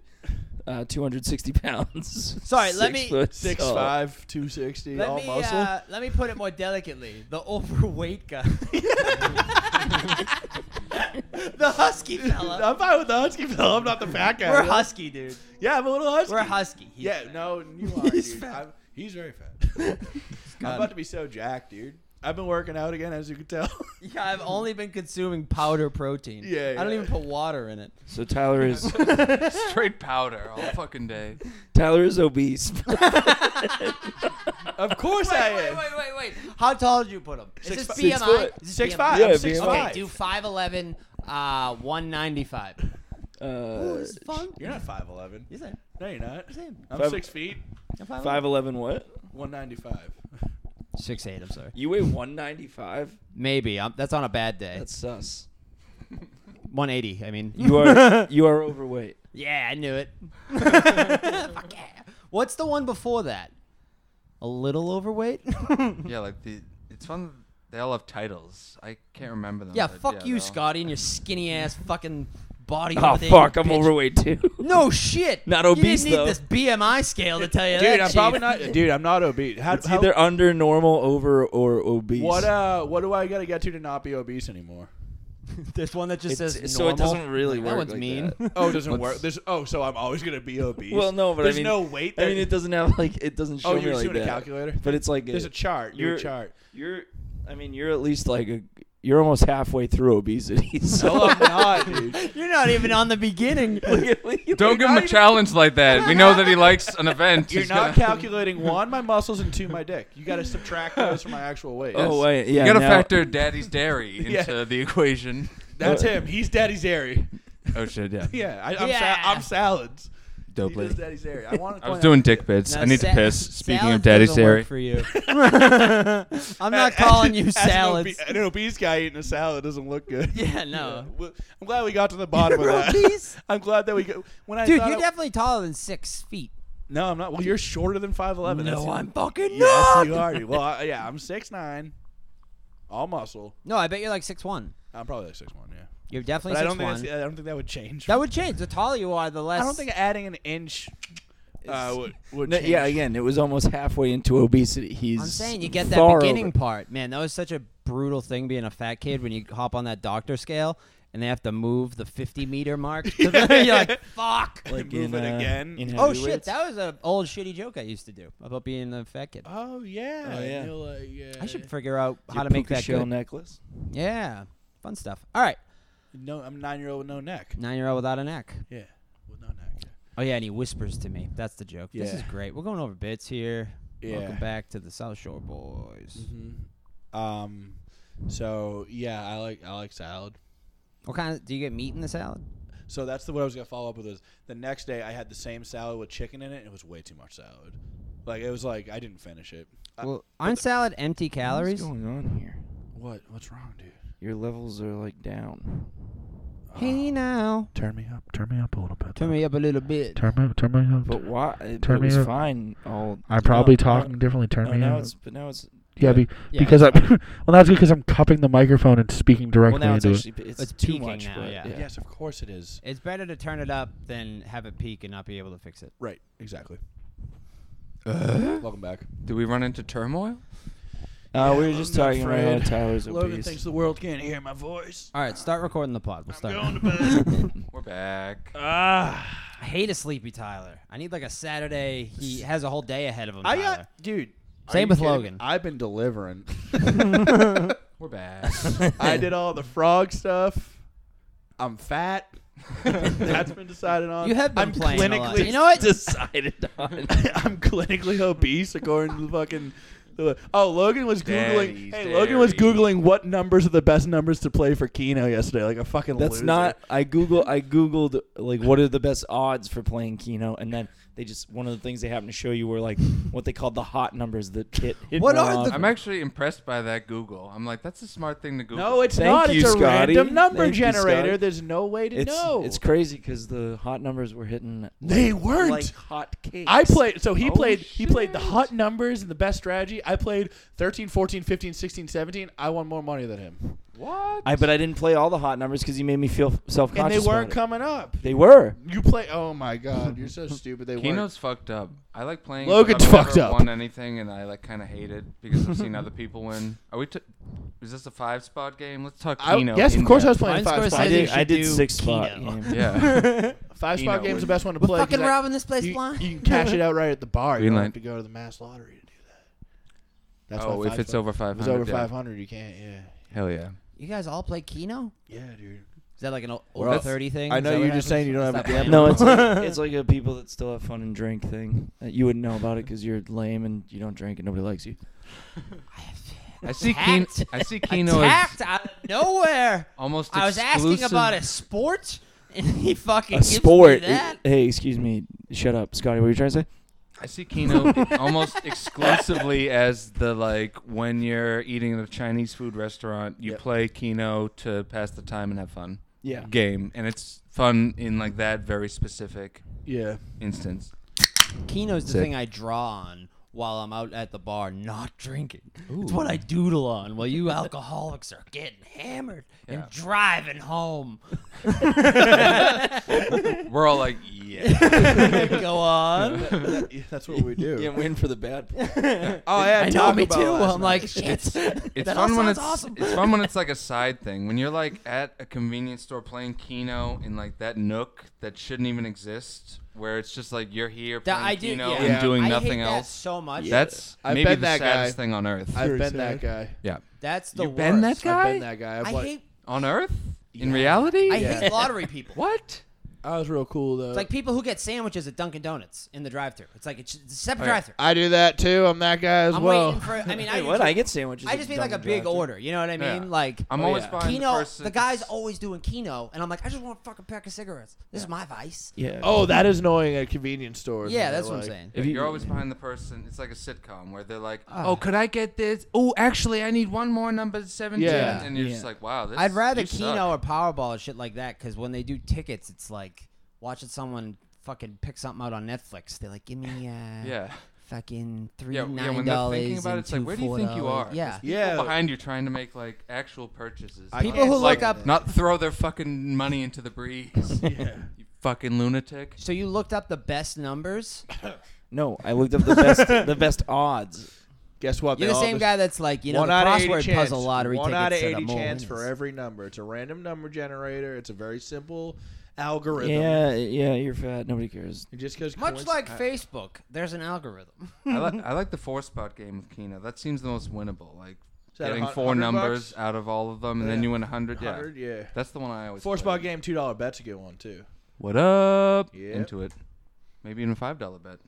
A: uh, 260 pounds.
D: Sorry, let
A: Six Oh,
D: me-
A: foot
C: Six
A: tall.
C: five, two sixty,
D: Let
C: all
D: me
C: muscle.
D: uh, let me put it more delicately. The overweight guy. the husky fella.
C: I'm fine with the husky fella. I'm not the fat guy.
D: We're husky, dude.
C: Yeah, I'm a little husky.
D: We're husky. He's
C: yeah,
D: fat.
C: no, you are.
D: He's
C: dude.
D: fat.
C: I'm, he's very fat. I'm about to be so jacked, dude. I've been working out again, as you can tell.
D: Yeah, I've only been consuming powder protein.
C: Yeah,
D: I don't
C: yeah.
D: even put water in it.
A: So Tyler is
B: Straight powder all fucking day.
A: Tyler is obese.
C: of course
D: Wait,
C: I
D: wait,
C: am.
D: wait, wait, wait.
E: wait.
D: How tall did you put him?
E: Is this
C: Six fi-
E: BMI?
C: six foot.
E: Is this
C: Six
E: BMI?
C: five.
A: Yeah,
C: I'm six
A: BMI.
E: Okay,
C: five.
E: do 5'11, uh, 195.
A: Uh,
D: This is fun.
C: You're not five eleven.
D: You said,
C: No, you're not. I'm
A: Five-
C: six feet,
A: five eleven. What?
C: one ninety five.
D: six eight. I'm sorry.
A: You weigh one ninety five?
D: Maybe i that's on a bad day.
A: That's sus.
D: 180. I mean,
A: You are you are overweight.
D: yeah, I knew it. Fuck yeah. What's the one before that? A little overweight.
B: Yeah, like the it's fun. They all have titles. I can't remember them.
E: Yeah,
B: but
E: fuck you,
B: they'll-
E: Scotty, and your skinny ass fucking body.
A: Oh
E: over there,
A: fuck,
E: you
A: I'm
E: bitch.
A: overweight too.
E: No shit.
A: Not
E: you
A: obese,
E: didn't need
A: though.
E: this BMI scale to tell you that.
C: Dude, I'm
E: chief.
C: probably not. Dude, I'm not obese. How,
A: It's
C: how-
A: either under normal, over, or obese.
C: what uh? What do I gotta get to to not be obese anymore?
D: this one that just
A: It's-
D: says
A: so it
D: normal.
A: doesn't really
D: That
A: work.
D: one's
A: like
D: mean.
A: that.
C: Oh, it doesn't work. There's oh, so I'm always gonna be obese.
A: Well, no, but I
C: there's
A: mean-
C: no weight.
A: I
C: That,
A: mean, it doesn't have like it doesn't show
C: Oh,
A: me
C: you're just
A: like
C: doing
A: that.
C: a calculator.
A: But it's like
C: There's a chart. Do
A: You're-
C: a chart.
A: You're, I mean, you're at least like a, you're almost halfway through obesity. So
C: No, I'm not, dude.
D: You're not even on the beginning.
B: Don't give him a challenge like that. We know that he likes an event.
C: You're
B: He's
C: not
B: gonna-
C: calculating one, my muscles, and two, my dick. You gotta subtract those from my actual weight.
A: Oh wait, yeah.
B: you gotta
A: now-
B: factor Daddy's dairy into
C: Yeah.
B: the equation.
C: That's him. He's daddy's airy.
B: Oh shit, yeah.
C: Yeah, I, I'm,
E: Yeah.
C: Sa- I'm salads.
B: Dope.
C: He does daddy's airy. I want to.
B: I was doing dick bits.
D: No,
B: I need
D: sa-
B: to piss. Speaking
D: salad
B: of Daddy's
D: doesn't
B: dairy,
D: work for you. I'm not calling you salads.
C: An, obe- an obese guy eating a salad doesn't look good.
E: Yeah, no.
C: Well, I'm glad we got to the bottom
D: You're
C: of that.
D: obese?
C: I'm glad that we go. When I
D: Dude,
C: thought
D: you're
C: I-
D: definitely taller than six feet.
C: no, I'm not. Well, you're shorter than five eleven.
D: No, I'm fucking
C: Yes,
D: not.
C: you are. Well, I, yeah, I'm six nine, all muscle.
D: No, I bet you're like six one.
C: I'm probably like six one. Yeah,
D: You're
C: but
D: definitely
C: I
D: six
C: don't think
D: one.
C: that's, I don't think that would change.
D: that would change. The taller you are, the less.
C: I don't think adding an inch uh, would, would
A: No,
C: change.
A: yeah, again, it was almost halfway into obesity. He's.
D: I'm saying you get that
A: far
D: beginning
A: over.
D: part, man. That was such a brutal thing being a fat kid when you hop on that doctor scale and they have to move the 50 meter mark. to the- you're like, fuck.
A: Like in,
C: Move it
A: uh,
C: again.
A: in
D: Oh shit,
A: heavyweights.
D: that was an old shitty joke I used to do about being a fat kid.
C: Oh yeah.
A: Oh, yeah.
C: You're like, yeah.
D: I should figure out
A: Your
D: how to make
A: puka
D: that
A: shell
D: good.
A: necklace.
D: Yeah, fun stuff. All right,
C: No, I'm nine year old with no neck.
D: nine year old without a neck.
C: Yeah, with no neck.
D: Oh yeah, and he whispers to me. That's the joke. This is
C: Yeah.
D: great. We're going over bits here. Welcome
C: Yeah.
D: back to the South Shore Boys.
A: Mm-hmm.
C: Um. So yeah, I like I like salad.
D: What kind of do you get meat in the salad?
C: So that's the what I was gonna follow up with is the next day I had the same salad with chicken in it. and It was way too much salad. Like it was like I didn't finish it.
A: Uh,
C: I-
D: well, aren't salad empty calories?
A: What's going on here?
C: what what's wrong, dude?
A: Your levels are like down.
D: Hey now,
C: Turn me up. Turn me up a little bit.
D: turn me up a little bit.
F: Turn me, turn me up.
A: But why? It,
F: Turn
A: it
F: me
A: was
F: up.
A: fine. All
F: I'm probably
A: No,
F: talking
A: no,
F: differently. Turn
A: no,
F: me
A: now
F: up.
A: it's but now it's
F: Yeah, be,
D: Yeah.
F: because I'm well, that's because I'm cupping the microphone and speaking
A: well
F: directly
A: now it's
F: into
A: actually it's,
D: It's
A: too
D: peaking
A: much.
D: now,
A: but,
D: yeah.
C: Yes, of course it is.
D: It's better to turn it up than have it peak and not be able to fix it.
C: Right. Exactly. Welcome back.
B: do we run into turmoil?
A: Uh, we
C: Yeah,
A: were just
C: I'm not
A: talking about how
C: afraid.
A: Tyler's
C: Logan
A: obese.
C: thinks the world can't hear my voice.
D: All right, start recording the pod. We'll
C: I'm
D: start.
C: going to
D: now.
C: bed.
B: We're back.
C: Ah.
D: I hate a sleepy Tyler. I need like a Saturday. He has a whole day ahead of him.
C: I
D: Tyler.
C: got dude. are
D: Same
C: you
D: with
C: kidding me?
D: Logan.
C: I've been delivering.
B: We're back.
C: I did all the frog stuff. I'm fat. That's been decided on.
D: You have been
C: I'm
D: playing a lot.
C: clinically,
D: You know what?
A: decided on.
C: I'm clinically obese according to the fucking. the- Oh, Logan was googling.
B: Daddy's
C: hey, Logan was
B: dairy.
C: googling what numbers are the best numbers to play for Keno yesterday. Like a fucking.
A: That's
C: loser.
A: not. I Google. I googled like what are the best odds for playing Keno, and then they just one of the things they happen to show you were like what they called the hot numbers that hit. hit
D: What
A: more
D: are the-
A: often.
B: I'm actually impressed by that Google. I'm like, that's a smart thing to Google.
C: No, it's
A: Thank
C: not.
A: you,
C: it's a
A: Scotty.
C: random number
A: Thank you,
C: generator.
A: Scotty.
C: There's no way to
A: It's
C: know.
A: it's crazy because the hot numbers were hitting
C: They weren't.
A: like hot cakes.
C: I played so he
B: Oh,
C: played he played the
B: shit.
C: hot numbers and the best strategy. I played 13, 14, 15, 16, 17. I won more money than him.
B: what?
A: I but I didn't play all the hot numbers because he made me feel self
C: And they
A: conscious.
C: weren't coming up.
A: They were.
C: You play Oh my god, you're so stupid. They weren't.
B: Keno's fucked up. I like playing.
C: Logan's
B: but I've
C: fucked
B: never
C: up.
B: Won anything, and I like kind of hate it because I've seen other people win. Are we? T- is this a five spot game? Let's talk
C: I,
B: Keno.
C: yes,
B: in
C: of course I was
B: depth.
C: playing
D: Mine
C: five
D: scores
A: I
C: spot.
D: says-
A: did.
D: you should
A: I did
D: do
A: six spot.
D: Keno.
A: game.
B: Yeah.
C: Five
B: Keno
C: spot game's the
B: would-
C: best one to play. 'cause
D: fucking
C: I-
D: robbing this place
C: you,
D: blind.
C: you can cash it out right at the bar. You
B: Green
C: don't
B: light.
C: have to go to the mass lottery to do that. That's
B: oh,
C: why
B: if
C: five
B: it's
C: spot-
B: over
C: if
B: five
C: it's
B: hundred.
C: over 500, you can't. Yeah.
B: Hell yeah.
D: You guys all play Keno?
C: Yeah, dude.
D: Is that like an o-
A: We're
D: over
A: all-
D: thirty thing?
C: I
D: Is
C: know
D: that
C: you're
D: what
C: just
D: happens?
C: saying you don't have a
D: Stop playing.
C: gamble.
A: No, it's like, it's like a people that still have fun and drink thing. Uh, You wouldn't know about it because you're lame and you don't drink and nobody likes you.
B: I see Keen,
D: Attacked.
B: I see Keno as
D: Attacked out of nowhere.
B: almost
D: I was asking
B: exclusive-
D: about a sport, and he fucking
A: A
D: gives me
A: sport.
D: that.
A: Hey, excuse me. Shut up, Scotty. What were you trying to say?
B: I see Keno almost exclusively as the like when you're eating at a Chinese food restaurant, you
A: Yep.
B: play Keno to pass the time and have fun.
A: Yeah.
B: Game, and it's fun in like that very specific
C: Yeah.
B: instance.
D: Keno's the
B: Sick.
D: thing I draw on while I'm out at the bar not drinking. It's what I doodle on while you alcoholics are getting hammered
B: Yeah.
D: and driving home.
B: We're all like, yeah.
D: Go on.
C: Yeah, that's what we do.
A: Yeah, I'm waiting for the bad part.
C: Oh, I had
D: I know
C: Taco
D: me
C: Bell
D: too.
C: last
D: I'm
C: night.
D: like, shit.
B: It's
D: that all
B: fun when
D: sounds
B: it's
D: awesome.
B: it's fun when it's like a side thing. When you're like at a convenience store playing Keno in like that nook that shouldn't even exist, where it's just like you're here
D: That
B: playing
D: I do.
B: Keno
D: yeah.
B: and doing
D: I hate
B: nothing
D: that
B: else.
D: so much.
B: That's
C: I've
B: maybe
C: been
B: the
C: that guy.
B: saddest thing on earth.
C: I've been
F: sad.
C: that guy.
B: yeah.
D: that's the worst.
B: been that
C: I've
B: guy?
C: been that guy. I've
D: I
C: like-
D: hate.
B: On Earth? In reality?
D: I
C: Yeah.
D: hate lottery people.
B: what?
C: I was real cool though.
D: It's like people who get sandwiches at Dunkin' Donuts in the drive-thru. It's like it's, it's a separate
B: Oh, yeah.
D: drive-thru.
C: I do that too. I'm that guy as
D: I'm
C: well.
D: waiting for. I mean, I
A: Hey, what?
D: usually-
A: I get sandwiches.
D: I just made like a big order. You know what I mean?
B: Yeah.
D: Like
B: I'm
A: Oh,
B: always
A: yeah.
B: behind
D: Kino,
B: the
D: the,
B: person.
D: guy's always doing Kino, and I'm like, I just want a fucking pack of cigarettes. This is my vice.
A: Yeah.
C: oh, that is annoying at convenience stores.
D: Yeah,
C: man,
D: that's what I'm
C: like-
D: saying.
A: If
B: You're always behind the person. It's like a sitcom where they're like,
D: Ah.
B: "Oh, could I get this? Oh, actually, I need one more number 17."
C: Yeah.
B: and you're
A: Yeah.
B: just like, "Wow, this."
D: I'd rather
B: you
D: Keno
B: suck."
D: or Powerball or shit like that because when they do tickets, it's like watching someone fucking pick something out on Netflix. They're like, give me uh,
B: Yeah.
D: fucking three
B: Yeah, yeah,
D: nine
B: when they're thinking
D: dollars
B: about it,
D: and
B: it's like,
D: two
B: where do you
D: four
B: think you are?
D: dollars. Yeah.
B: There's
C: Yeah.
B: people behind you trying to make like actual purchases.
C: I
D: People
C: can't
D: who
C: stand
D: look
B: like,
D: up-
C: that.
B: not throw their fucking money into the breeze. You fucking lunatic.
D: So you looked up the best numbers.
A: No, I looked up the best the best odds.
C: Guess what?
D: You're
C: They
D: the
C: all
D: same
C: just-
D: guy that's like, you know,
C: one
D: the
C: out of 80
D: crossword
C: chance.
D: puzzle lottery
C: One
D: tickets
C: out of
D: that are
C: 80
D: more
C: chance
D: winners.
C: for every number. It's a random number generator. It's a very simple algorithm.
A: Yeah, yeah, you're fat. Nobody cares.
C: It just goes
D: Much like Facebook, there's an algorithm.
B: I, li- I like the four spot game with Keno. That seems the most winnable. Like
C: Is that a
B: getting
C: hun-
B: four
C: 100
B: numbers
C: bucks?
B: out of all of them, and then
C: Yeah.
B: you win a hundred. Yeah,
C: hundred. Yeah.
B: that's the one I always.
C: Four
B: play.
C: spot game, two dollar bet's a good one too.
B: What up?
C: Yep.
B: Into it. Maybe even a five dollar bet.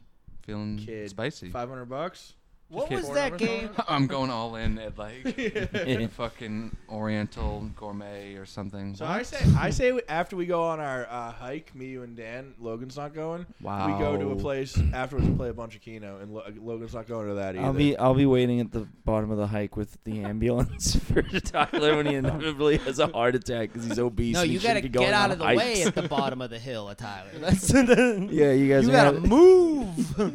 B: Feeling
C: Kid,
B: spicy.
C: Five hundred bucks.
D: What was
B: Just
C: hit
D: that
C: four numbers
D: game?
B: I'm going all in at like a fucking Oriental gourmet or something.
C: So I say, I say, we- after we go on our uh, hike, me, you, and Dan, Logan's not going. We go to a
B: Wow.
C: place afterwards to play a bunch of Keno, and Lo- Logan's not going to that either.
A: I'll be I'll be waiting at the bottom of the hike with the ambulance for Tyler when he inevitably has a heart attack because he's obese.
D: No,
A: and he
D: you gotta
A: shouldn't be
D: get
A: going
D: out
A: on
D: of the
A: hikes.
D: way at the bottom of the hill, Tyler. That's the,
A: yeah, you guys.
D: you
A: are
D: gotta
A: gonna-
D: move.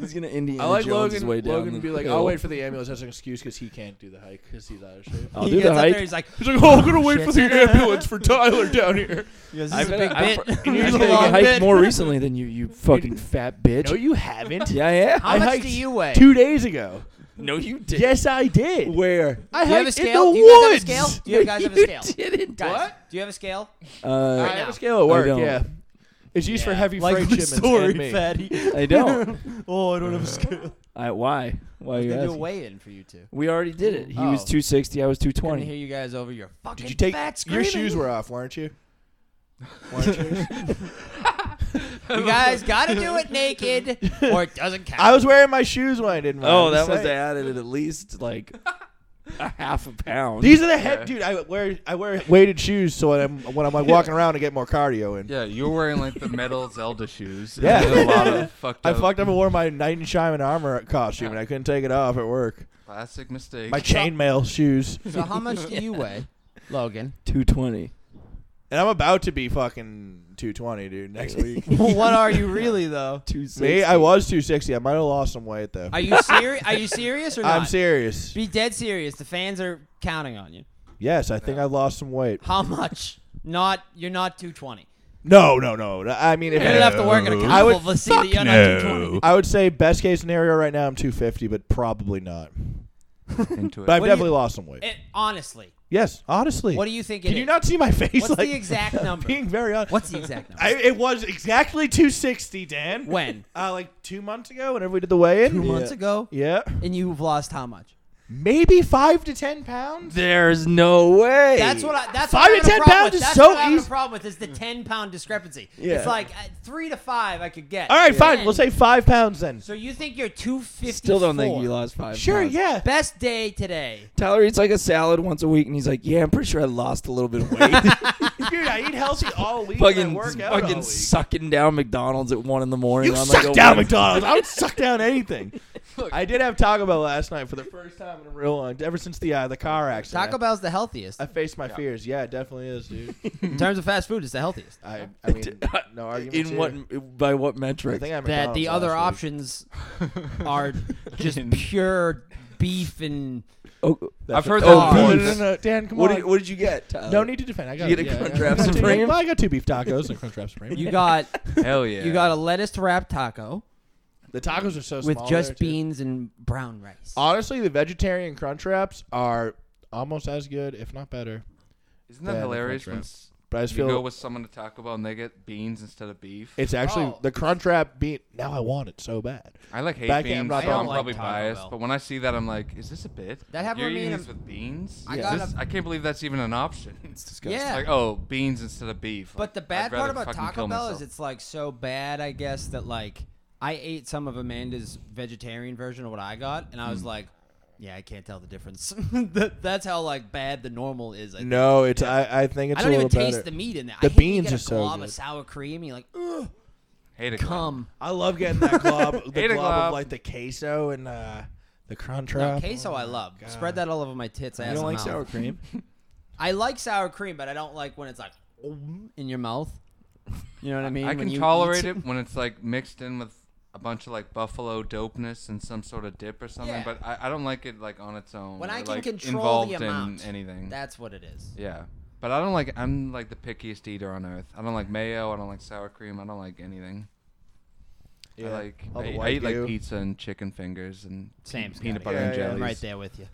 A: He's gonna Indiana
C: I like
A: Jones his
C: Logan.
A: way down.
C: Logan
A: the
C: be like,
A: hill.
C: I'll wait for the ambulance as an excuse because he can't do the hike because he's out of shape.
A: I'll
D: he
A: do
D: gets
A: the
D: up
A: hike.
D: there, he's like,
C: He's like, oh, I'm gonna wait for the ambulance for Tyler down here.
D: this
A: I've
D: is a
A: been-
D: big
A: I've-
D: bit.
A: You
C: Here's
A: guys
C: a
A: better
C: long
A: get hiked
C: bit.
A: more recently than you, you fucking fat bitch.
C: No, you haven't.
A: yeah, yeah.
D: How
C: I
D: much
C: hiked
D: do you weigh?
C: Two days ago.
A: no, you did.
C: Yes, I did. Where? I
D: do you have a
C: hiked
D: scale?
C: in
D: do
C: the
D: you guys have a
C: woods.
D: scale? Do you guys have a scale?
A: didn't.
D: Guys,
C: What?
D: Do you have a scale?
A: Uh,
C: I
D: Right
C: have
D: now.
C: a scale at
A: I
C: work.
A: don't.
C: Yeah, it's used for heavy freight shipments. and me.
D: fatty.
A: I don't.
D: Oh, I don't have a scale.
A: I, why? Why are you
D: They do a
A: asking?
D: weigh-in for you two.
A: We already did it. He was
D: Oh.
A: 260. I was
D: Couldn't hear
A: 220.
D: you guys over your fucking
C: Did you take
D: fat
C: your
D: screaming.
C: shoes were off, weren't you? Weren't yours?
D: You guys gotta do it naked, or it doesn't count.
C: I was wearing my shoes when I did mine.
A: Oh,
C: I'm
A: that
C: just
A: was
C: saying.
A: added at least like a half a pound.
C: These are the head,
B: Yeah.
C: dude. I wear I wear weighted shoes so when I'm when I'm like walking around to get more cardio in.
B: yeah, you're wearing like the metal Zelda shoes.
C: Yeah.
B: There's a lot of fucked
C: I
B: up
C: fucked up and wore my knight in shining armor costume and I couldn't take it off at work.
B: classic mistake.
C: My chainmail shoes,
D: so how much do you weigh, Logan?
A: 220.
C: and I'm about to be fucking 220, dude. Next week,
D: what are you really though?
A: 260.
C: me I was 260. I might have lost some weight though.
D: Are you serious? Are you serious or not?
C: I'm serious.
D: Be dead serious. The fans are counting on you.
C: Yes, I think I lost some weight.
D: How much? Not you're not 220.
C: No, no, no. I mean, if
D: You're gonna have to work at a
C: I would
D: couple to see that you're not 220.
C: I would say best case scenario right now I'm 250, but probably not.
B: into it.
C: But I've
D: What do you-
C: definitely lost some weight.
D: It, honestly,
C: yes, honestly.
D: what do you think? it
C: Can you
D: is?
C: not see my face?
D: What's
C: like,
D: the exact number?
C: Being very honest.
D: What's the exact number?
C: I, it was exactly 260, Dan.
D: when?
C: Uh, like two months ago, whenever we did the weigh-in.
D: Two
C: yeah.
D: months ago,
C: Yeah.
D: and you've lost how much?
C: maybe five to ten pounds.
A: There's no way.
D: That's what I. That's
A: Five
D: what
A: to
D: I have
A: 10
D: a problem
A: pounds
D: with.
A: is
D: That's
A: so
D: what I have a
A: easy.
D: problem with is the ten pound discrepancy.
A: Yeah.
D: It's like uh, three to five I could get.
C: All right, fine.
D: Ten.
C: We'll say five pounds then.
D: So you think you're two fifty?
A: Still don't think you lost five.
C: Sure,
A: pounds.
C: yeah.
D: Best day today.
A: Tyler eats like a salad once a week, and he's like, "Yeah, I'm pretty sure I lost a little bit of weight."
C: Dude, I eat healthy all week. and I
A: fucking
C: work out all
A: fucking
C: week.
A: sucking down McDonald's at one in the morning.
C: You
A: I'm
C: suck
A: like, oh,
C: down
A: what-
C: McDonald's. I would suck down anything. I did have Taco Bell last night for the first time in a real long. Ever since the uh, the car accident,
G: Taco Bell's the healthiest.
C: I faced my fears. Yeah, it definitely is, dude.
G: In terms of fast food, it's the healthiest.
C: I, I mean, no argument.
A: uh, In
C: here.
A: what by what metric?
C: I think I had
D: That the
C: McDonald's
D: other
C: last week.
D: options are just pure beef and
A: oh,
B: I've heard
A: Oh,
B: that
A: beef.
C: No,
B: before.
C: no, no, no, Dan, come
A: what,
C: on.
A: did, what did you get? Tyler?
C: no need to defend. I got
A: you get
C: it.
A: a
C: Yeah,
A: Crunchwrap
C: yeah, I got two-
A: Supreme?
C: Well, I got two beef tacos and Crunchwrap Supreme.
D: you got
B: Hell yeah.
D: you got a lettuce wrap taco
C: the tacos are so small
D: with
C: there,
D: just
C: too.
D: beans and brown rice.
C: Honestly, the vegetarian crunch wraps are almost as good, if not better.
B: Isn't that
C: Yeah, the
B: hilarious?
C: Crunchwrap.
B: When s-
C: But I just feel
B: you go with someone to Taco Bell and they get beans instead of beef.
C: it's actually
D: Oh.
C: the crunch wrap bean. Now I want it so bad.
B: I like hate
C: Back in- I'm
B: beans,
C: not
B: so
C: that-
B: I'm
C: I don't
B: probably
D: like Taco
B: biased.
D: Bell.
B: But when I see that, I'm like, is this a bit?
D: That happened
B: You're
D: to me
B: eating
D: in a-
B: these with beans?
D: I
B: Is
D: got
B: this-
D: a-
B: I can't believe that's even an option. It's disgusting.
D: Yeah.
B: Like, oh, beans instead of beef.
D: But the
B: I'd
D: bad part
B: rather
D: about
B: fucking
D: Taco
B: kill
D: Bell
B: myself.
D: is it's like so bad, I guess, that like I ate some of Amanda's vegetarian version of what I got, and I
B: Hmm.
D: was like, yeah, I can't tell the difference. That- That's how like bad the normal is. I, think.
C: No, it's I, I think it's
D: I
C: a
D: don't
C: little
D: even
C: better.
D: taste the meat in there.
C: The
D: I hate when you
C: beans
D: get
C: are
D: a
C: so
D: glob
C: good.
D: of sour cream. And you're like, ugh,
B: hate it.
D: come.
C: I love getting that glob, the
B: Hate a
C: glob,
B: glob.
C: of like the queso and uh, the crunch
D: No,
C: wrap. Oh
D: queso I love. Spread that all over my tits. Ass
A: You don't
D: and
A: like
D: mouth.
A: sour cream?
D: I like sour cream, but I don't like when it's like in your mouth. You know what I mean?
B: I
D: When
B: can
D: you
B: tolerate
D: eat-
B: it when it's like mixed in with a bunch of like buffalo dopeness and some sort of dip or something.
D: Yeah.
B: But I, I don't like it like on its own.
D: When
B: or,
D: I can
B: like,
D: control
B: involved
D: the amount.
B: in
C: Mm.
B: anything.
D: That's what it is.
B: yeah. But I don't like. I'm like the pickiest eater on earth. I don't like mayo. I don't like sour cream. I don't like anything. I like.
C: All the
B: I, I
C: white
B: eat like
C: goo.
B: pizza and chicken fingers and pe-
D: Sam's
B: peanut
D: got
B: butter
C: it.
B: and
C: Yeah, yeah,
B: jellies.
D: I'm right there with you.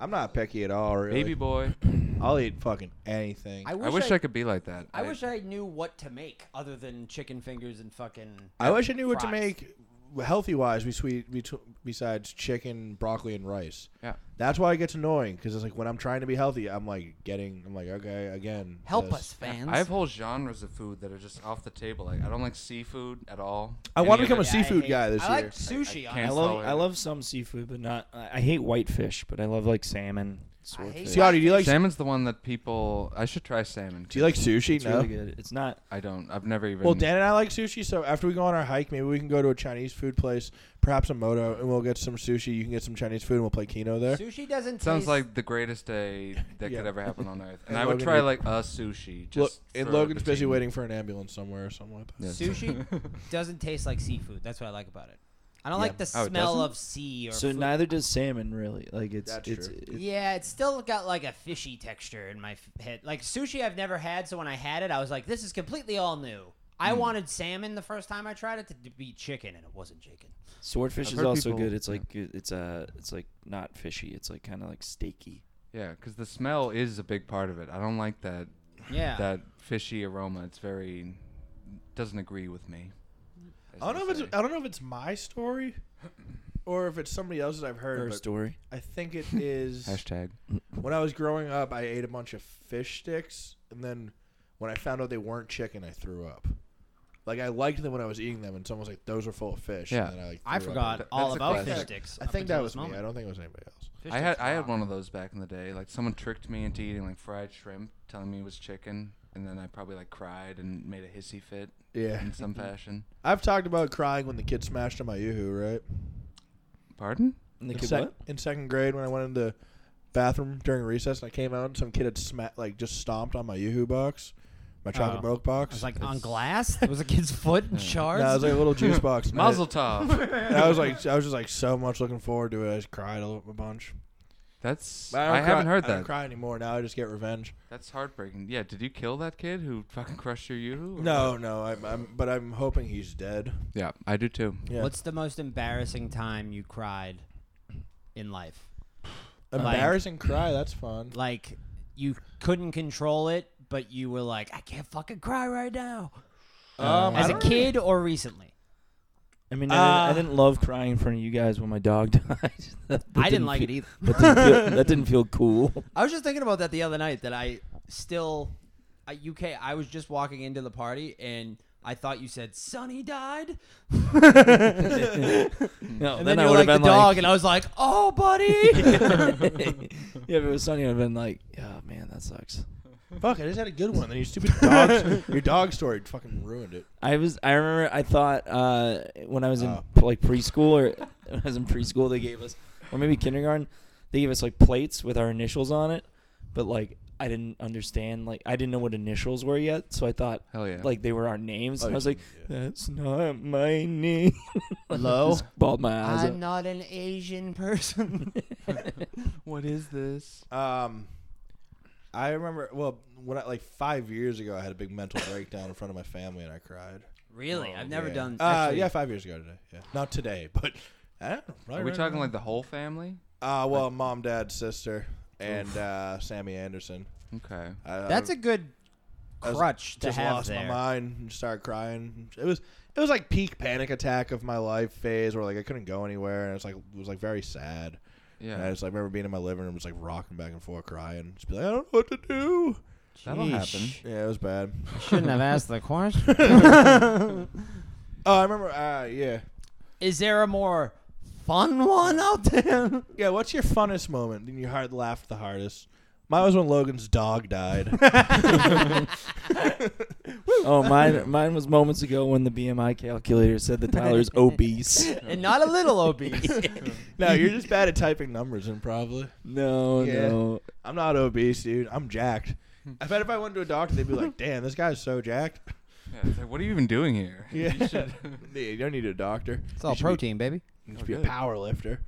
C: I'm not picky at all, really.
B: Baby boy.
C: I'll eat fucking anything.
D: I
C: I,
D: wish
B: I wish I, could be like that.
D: I wish I knew what to make other than chicken fingers and fucking.
C: wish I knew what to
D: fries.
C: make healthy wise between betw- besides chicken, broccoli, and rice.
B: Yeah.
C: That's why it gets annoying because it's like when I'm trying to be healthy, I'm like getting, I'm like, okay, again.
D: Help
C: this.
D: us, fans.
B: I have whole genres of food that are just off the table. Like I don't like seafood at all.
C: I want
B: Any
C: to become
B: of
C: a
B: it.
D: Yeah, I
C: seafood
D: hate-
C: guy this
D: I
C: year.
D: like sushi.
B: I
A: I
D: on
B: can't-
D: it.
B: love-
A: love
B: I
A: I love some seafood, but not. I hate whitefish, but I love like salmon.
D: swordfish.
C: Ciara, do you like
B: Salmon's the one that people. I should try salmon.
C: do you like sushi?
A: It's
C: no.
A: really good. It's not.
B: I don't. I've never even.
C: Well, Dan and I like sushi, so after we go on our hike, maybe we can go to a Chinese food place, perhaps a moto, and we'll get some sushi. You can get some Chinese food, and we'll play Keno there.
D: Sushi doesn't
B: Sounds
D: taste-
B: like the greatest day that
C: Yeah.
B: could ever happen on earth. And,
C: And
B: I would
C: Logan
B: try
C: would-
B: like a sushi. Just
C: Look, and
B: for
C: Logan's
B: the
C: busy
B: team.
C: waiting for an ambulance somewhere or something like that.
B: Yeah.
D: sushi doesn't taste like seafood. That's what I like about it. I don't
C: Yeah.
D: like the
B: Oh, it
D: smell
B: doesn't?
D: of sea or.
A: So
D: food.
A: neither does salmon really. Like it's
C: That's
A: it's.
C: true.
A: it's-
D: Yeah, it's still got like a fishy texture in my f- head. Like sushi, I've never had, so when I had it, I was like, "This is completely all new." I
C: Hmm.
D: wanted salmon the first time I tried it to d- be chicken, and it wasn't chicken.
A: swordfish
B: I've
A: is
B: heard
A: also
B: people-
A: good. It's
B: yeah.
A: like good- it's uh it's like not fishy. It's like kind of like steaky.
B: Yeah, because the smell is a big part of it. I don't like that
D: Yeah,
B: that fishy aroma. It's very doesn't agree with me. as
C: I don't
B: they
C: know if it's
B: say.
C: I don't know if it's my story, or if it's somebody else's I've
A: Her
C: heard. But
A: story.
C: I think it is.
B: hashtag.
C: when I was growing up, I ate a bunch of fish sticks, and then when I found out they weren't chicken, I threw up. Like I liked them when I was eating them, and someone was like, "Those are full of fish."
B: Yeah.
C: and then I, like,
D: I
C: threw up.
D: forgot
B: Th-
D: all
B: that's a
D: about
B: classic.
D: fish sticks.
C: I
D: up
C: think
D: until
C: that
D: this
C: was me.
D: moment.
C: I don't think it was anybody else.
D: Fish
B: I had
D: sticks
B: I had
D: rock.
B: one of those back in the day. Like someone tricked me into eating like fried shrimp, telling me it was chicken, and then I probably like cried and made a hissy fit
C: Yeah,
B: in some fashion.
C: I've talked about crying when the kid smashed on my yoo-hoo, right?
B: Pardon?
A: And the
C: in,
A: kid
C: sec-
A: what?
C: in second grade when I went in the bathroom during recess and I came out and some kid had sma- like just stomped on my yoo-hoo box, my chocolate
D: Oh.
C: milk
D: I
C: box.
D: was like on glass. It was a kid's foot in shards.
C: no, it was like a little juice box. and I-
B: Mazel tov.
C: and I was like, I was just like so much looking forward to it. I just cried a, little, a bunch.
B: That's
C: But
B: I,
C: don't
B: haven't
C: cry-
B: heard
C: I don't
B: that.
C: cry anymore. Now I just get revenge.
B: That's heartbreaking. Yeah, did you kill that kid who fucking crushed your yoo-hoo? or-
C: No, no, I'm, I'm, but I'm hoping he's dead.
B: Yeah, I do too.
C: Yeah,
D: What's the most embarrassing time you cried in life?
C: embarrassing cry? That's fun.
D: Like you couldn't control it, but you were like, "I can't fucking cry right now."
C: Um, I
D: As a
C: don't really-
D: kid or recently?
A: I mean, I,
D: Uh,
A: didn't, I didn't love crying in front of you guys when my dog died. That
D: I didn't like
A: feel-
D: it either.
A: That didn't, feel, that didn't feel cool.
D: I was just thinking about that the other night that I still I UK I was just walking into the party and I thought you said Sonny died.
A: No, then,
D: and then,
A: I
D: you're
A: would have
D: like the
A: been
D: dog
A: like,
D: and I was like, "Oh, buddy."
A: yeah, if it was Sunny, I'd have been like, oh man, that sucks.
C: Fuck, I just had a good one. Then your stupid dog, your dog story fucking ruined it.
A: I was. I remember. I thought uh, when I was in
C: Oh.
A: p- like preschool, or when I was in preschool, they gave us, or maybe kindergarten, they gave us like plates with our initials on it. But like, I didn't understand. Like, I didn't know what initials were yet, so I thought
B: Hell yeah.
A: like they were our names.
C: Oh,
A: and I was
C: yeah.
A: like, that's not my name.
D: Hello?
A: Just bawled my eyes out.
D: I'm not an Asian person.
B: what is this?
C: Um, I remember. Well, when I like five years ago, I had a big mental breakdown in front of my family, and I cried.
D: really?
A: Oh,
D: I've never
C: Yeah.
D: done
C: Uh,
D: actually,
C: yeah, five years ago today. Yeah, not today, but I don't know, probably
B: Are we
C: right
B: talking
C: around.
B: like the whole family?
C: Uh, well, mom, dad, sister, and uh, Sammy Anderson.
B: Okay.
C: I,
G: That's a good
C: I was-
G: crutch to
C: just
G: have
C: lost
G: there.
C: my mind and started crying. It was it was like peak panic attack of my life phase, where like I couldn't go anywhere, and it's like it was like very sad. And I
B: Yeah.
C: just like, remember being in my living room, just like rocking back and forth, crying. Just be like, I don't know what to do.
B: That'll happen.
C: Yeah, it was bad.
G: Shouldn't have asked the question.
C: Oh, I remember. Uh, yeah,
D: Is there a more fun one out there?
C: yeah. What's your funnest moment? And your heart laughed the hardest. Mine was when Logan's dog died.
A: Oh, mine. Mine was moments ago when the BMI calculator said that Tyler's obese.
D: and not a little obese.
C: no, you're just bad at typing numbers, and probably.
A: No,
C: Yeah.
A: no.
C: I'm not obese, dude. I'm jacked. I bet if I went to a doctor, they'd be like, "Damn, this guy's so jacked."
B: Yeah, it's like, what are you even doing here?
C: Yeah,
B: You should-
C: Yeah, you don't need a doctor.
G: It's all protein, baby.
C: You
B: Oh,
C: should be a
B: good.
C: power lifter.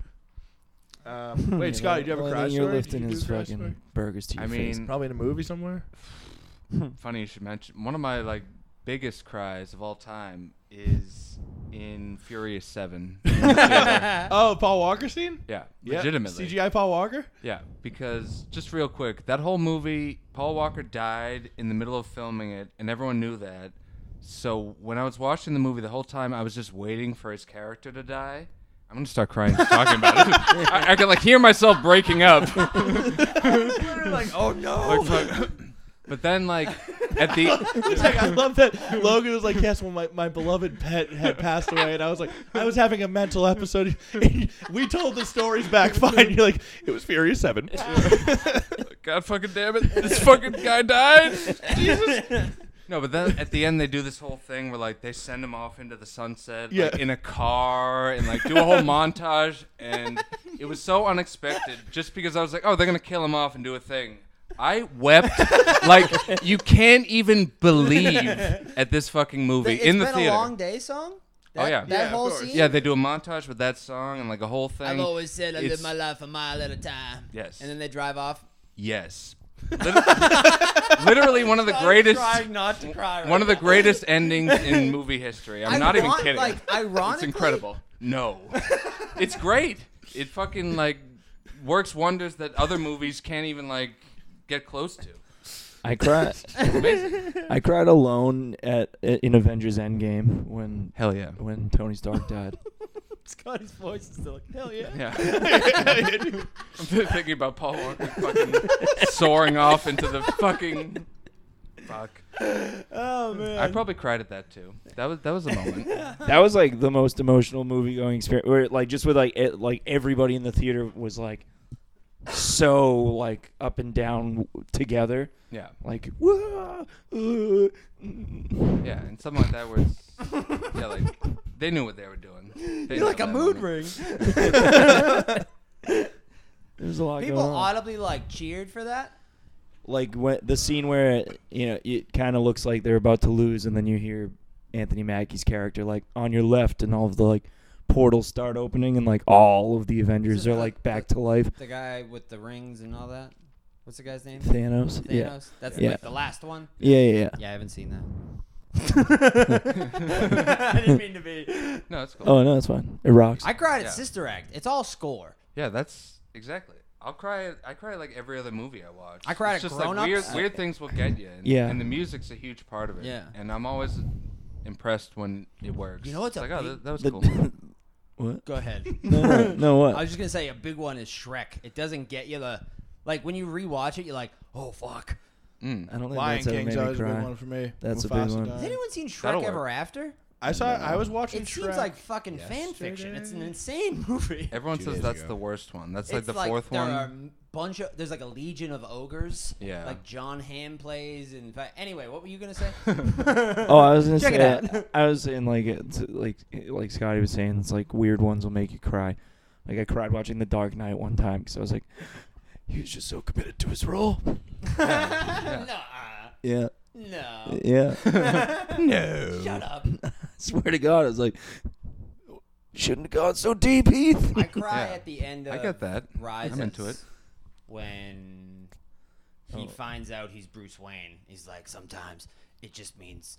C: Um, wait, Scott, did you ever
A: Only
C: cry
A: thing You're
C: story? Did
A: lifting
C: you do
A: his
C: a cry story?
A: fucking burgers to your
B: I
A: face.
B: mean,
C: Probably in a movie somewhere.
B: funny you should mention. One of my like biggest cries of all time is in Furious Seven. yeah.
C: Oh, Paul Walker scene. Yeah.
B: legitimately.
C: CGI Paul Walker.
B: Yeah, because just real quick, that whole movie, Paul Walker died in the middle of filming it, and everyone knew that. So when I was watching the movie the whole time, I was just waiting for his character to die. I'm gonna start crying just talking about it. I, I can like hear myself breaking up.
D: like, "Oh no."
B: Like, fuck. but then like at the
C: It's like, I love that Logan was like, "Yes, when my, my beloved pet had passed away," and I was like, "I was having a mental episode." we told the stories back fine. You're like, "It was Furious 7.
B: God fucking damn it, this fucking guy died. Jesus. No, but then at the end they do this whole thing where like they send him off into the sunset,
C: Yeah.
B: like in a car, and like do a whole montage, and it was so unexpected. Just because I was like, oh, they're gonna kill him off and do a thing. I wept like you can't even believe at this fucking movie
D: It's
B: in the
D: been
B: theater.
D: a long day song?
B: Oh,
D: That,
B: yeah.
D: That
B: Yeah,
C: of
D: whole
C: course.
D: scene?
B: yeah, they do a montage with that song and like a whole thing.
D: I've always said I live
B: It's-
D: my life a mile at a time.
B: Yes.
D: And then they drive off.
B: Yes. Lit- Literally one of the greatest
D: trying not to cry.
B: one of the greatest endings in movie history. I'm
D: I
B: not even
D: want,
B: kidding.
D: like,
B: it's
D: ironically-
B: incredible. No. it's great. It fucking like works wonders that other movies can't even like get close to.
A: I cried. I cried alone at in Avengers Endgame when
B: Hell yeah.
A: when Tony Stark died.
D: Scotty's voice is still like, hell yeah.
B: Yeah. I'm thinking about Paul Walker fucking soaring off into the fucking fuck.
D: Oh, man.
B: I probably cried at that too. That was that was a moment.
A: that was like the most emotional movie going experience. Where like just with like it, like everybody in the theater was like so like up and down together.
B: Yeah.
A: Like "Wah, uh, mm."
B: Yeah, and something like that where it's yeah, like they knew what they were doing. They
D: You're like a
B: nailed that
D: mood
B: moment.
D: ring.
A: There's a lot
D: People
A: going on.
D: audibly, like, cheered for that.
A: like when the scene where you know it kind of looks like they're about to lose, and then you hear Anthony Mackie's character like on your left, and all of the like portals start opening, and like all of the Avengers
D: Is it
A: are
D: the-
A: like back to life.
D: The guy with the rings and all that. What's the guy's name?
A: Thanos,
D: Thanos?
A: yeah,
D: That's
A: Yeah.
D: like the last one.
A: yeah, yeah, yeah.
D: Yeah, I haven't seen that. I didn't mean to be.
B: No, it's cool.
A: Oh no, that's fine. It rocks.
D: I cried at
B: Yeah.
D: Sister Act. It's all score.
B: yeah, that's exactly. I'll cry. I cry like every other movie I watch.
D: I cried
B: It's
D: at
B: just like
D: Grown
B: weird,
D: Ups.
B: weird things will get you. And,
A: Yeah.
B: and the music's a huge part of it.
D: Yeah.
B: and I'm always impressed when it works.
D: You know what's
B: It's
D: a
B: like, oh,
D: big-
B: that, that was
A: The-
B: cool.
A: what?
D: Go ahead.
A: No, no, no, what?
D: I was just gonna say a big one is Shrek. It doesn't get you the like when you rewatch it, you're like, oh fuck.
A: I don't think
C: Lion
A: that's ever
C: King's
A: made me
C: always a big
A: cry.
C: one for me.
A: That's a big
C: Mufasa
A: one.
C: died.
D: Has anyone seen
B: Mm. That'll
D: Shrek
B: work.
D: Ever After?
C: I saw. I was watching.
D: It
C: Shrek.
D: seems like fucking fan fiction. It's an insane movie.
B: Everyone
C: Two
B: says
C: days
B: that's
C: ago.
B: the worst one. That's like
D: it's
B: the fourth
D: there
B: one.
D: Are m- bunch of there's like a legion of ogres.
B: Yeah.
D: Like John Hamm plays and fa- anyway, what were you gonna say?
A: Oh, I was gonna
D: Check it
A: say, I was saying like, it's, like, like Scotty was saying, it's like weird ones will make you cry. Like I cried watching The Dark Knight one time because I was like, he was just so committed to his role.
D: Nah,
A: Yeah,
D: no.
A: yeah.
D: no. Shut up.
A: Swear to God, I was like, shouldn't have gone so deep, Heath.
D: I cry
B: Yeah.
D: at the end of
B: I get that.
D: Rises.
B: I'm into it.
D: When
B: Oh.
D: he finds out he's Bruce Wayne, he's like, sometimes it just means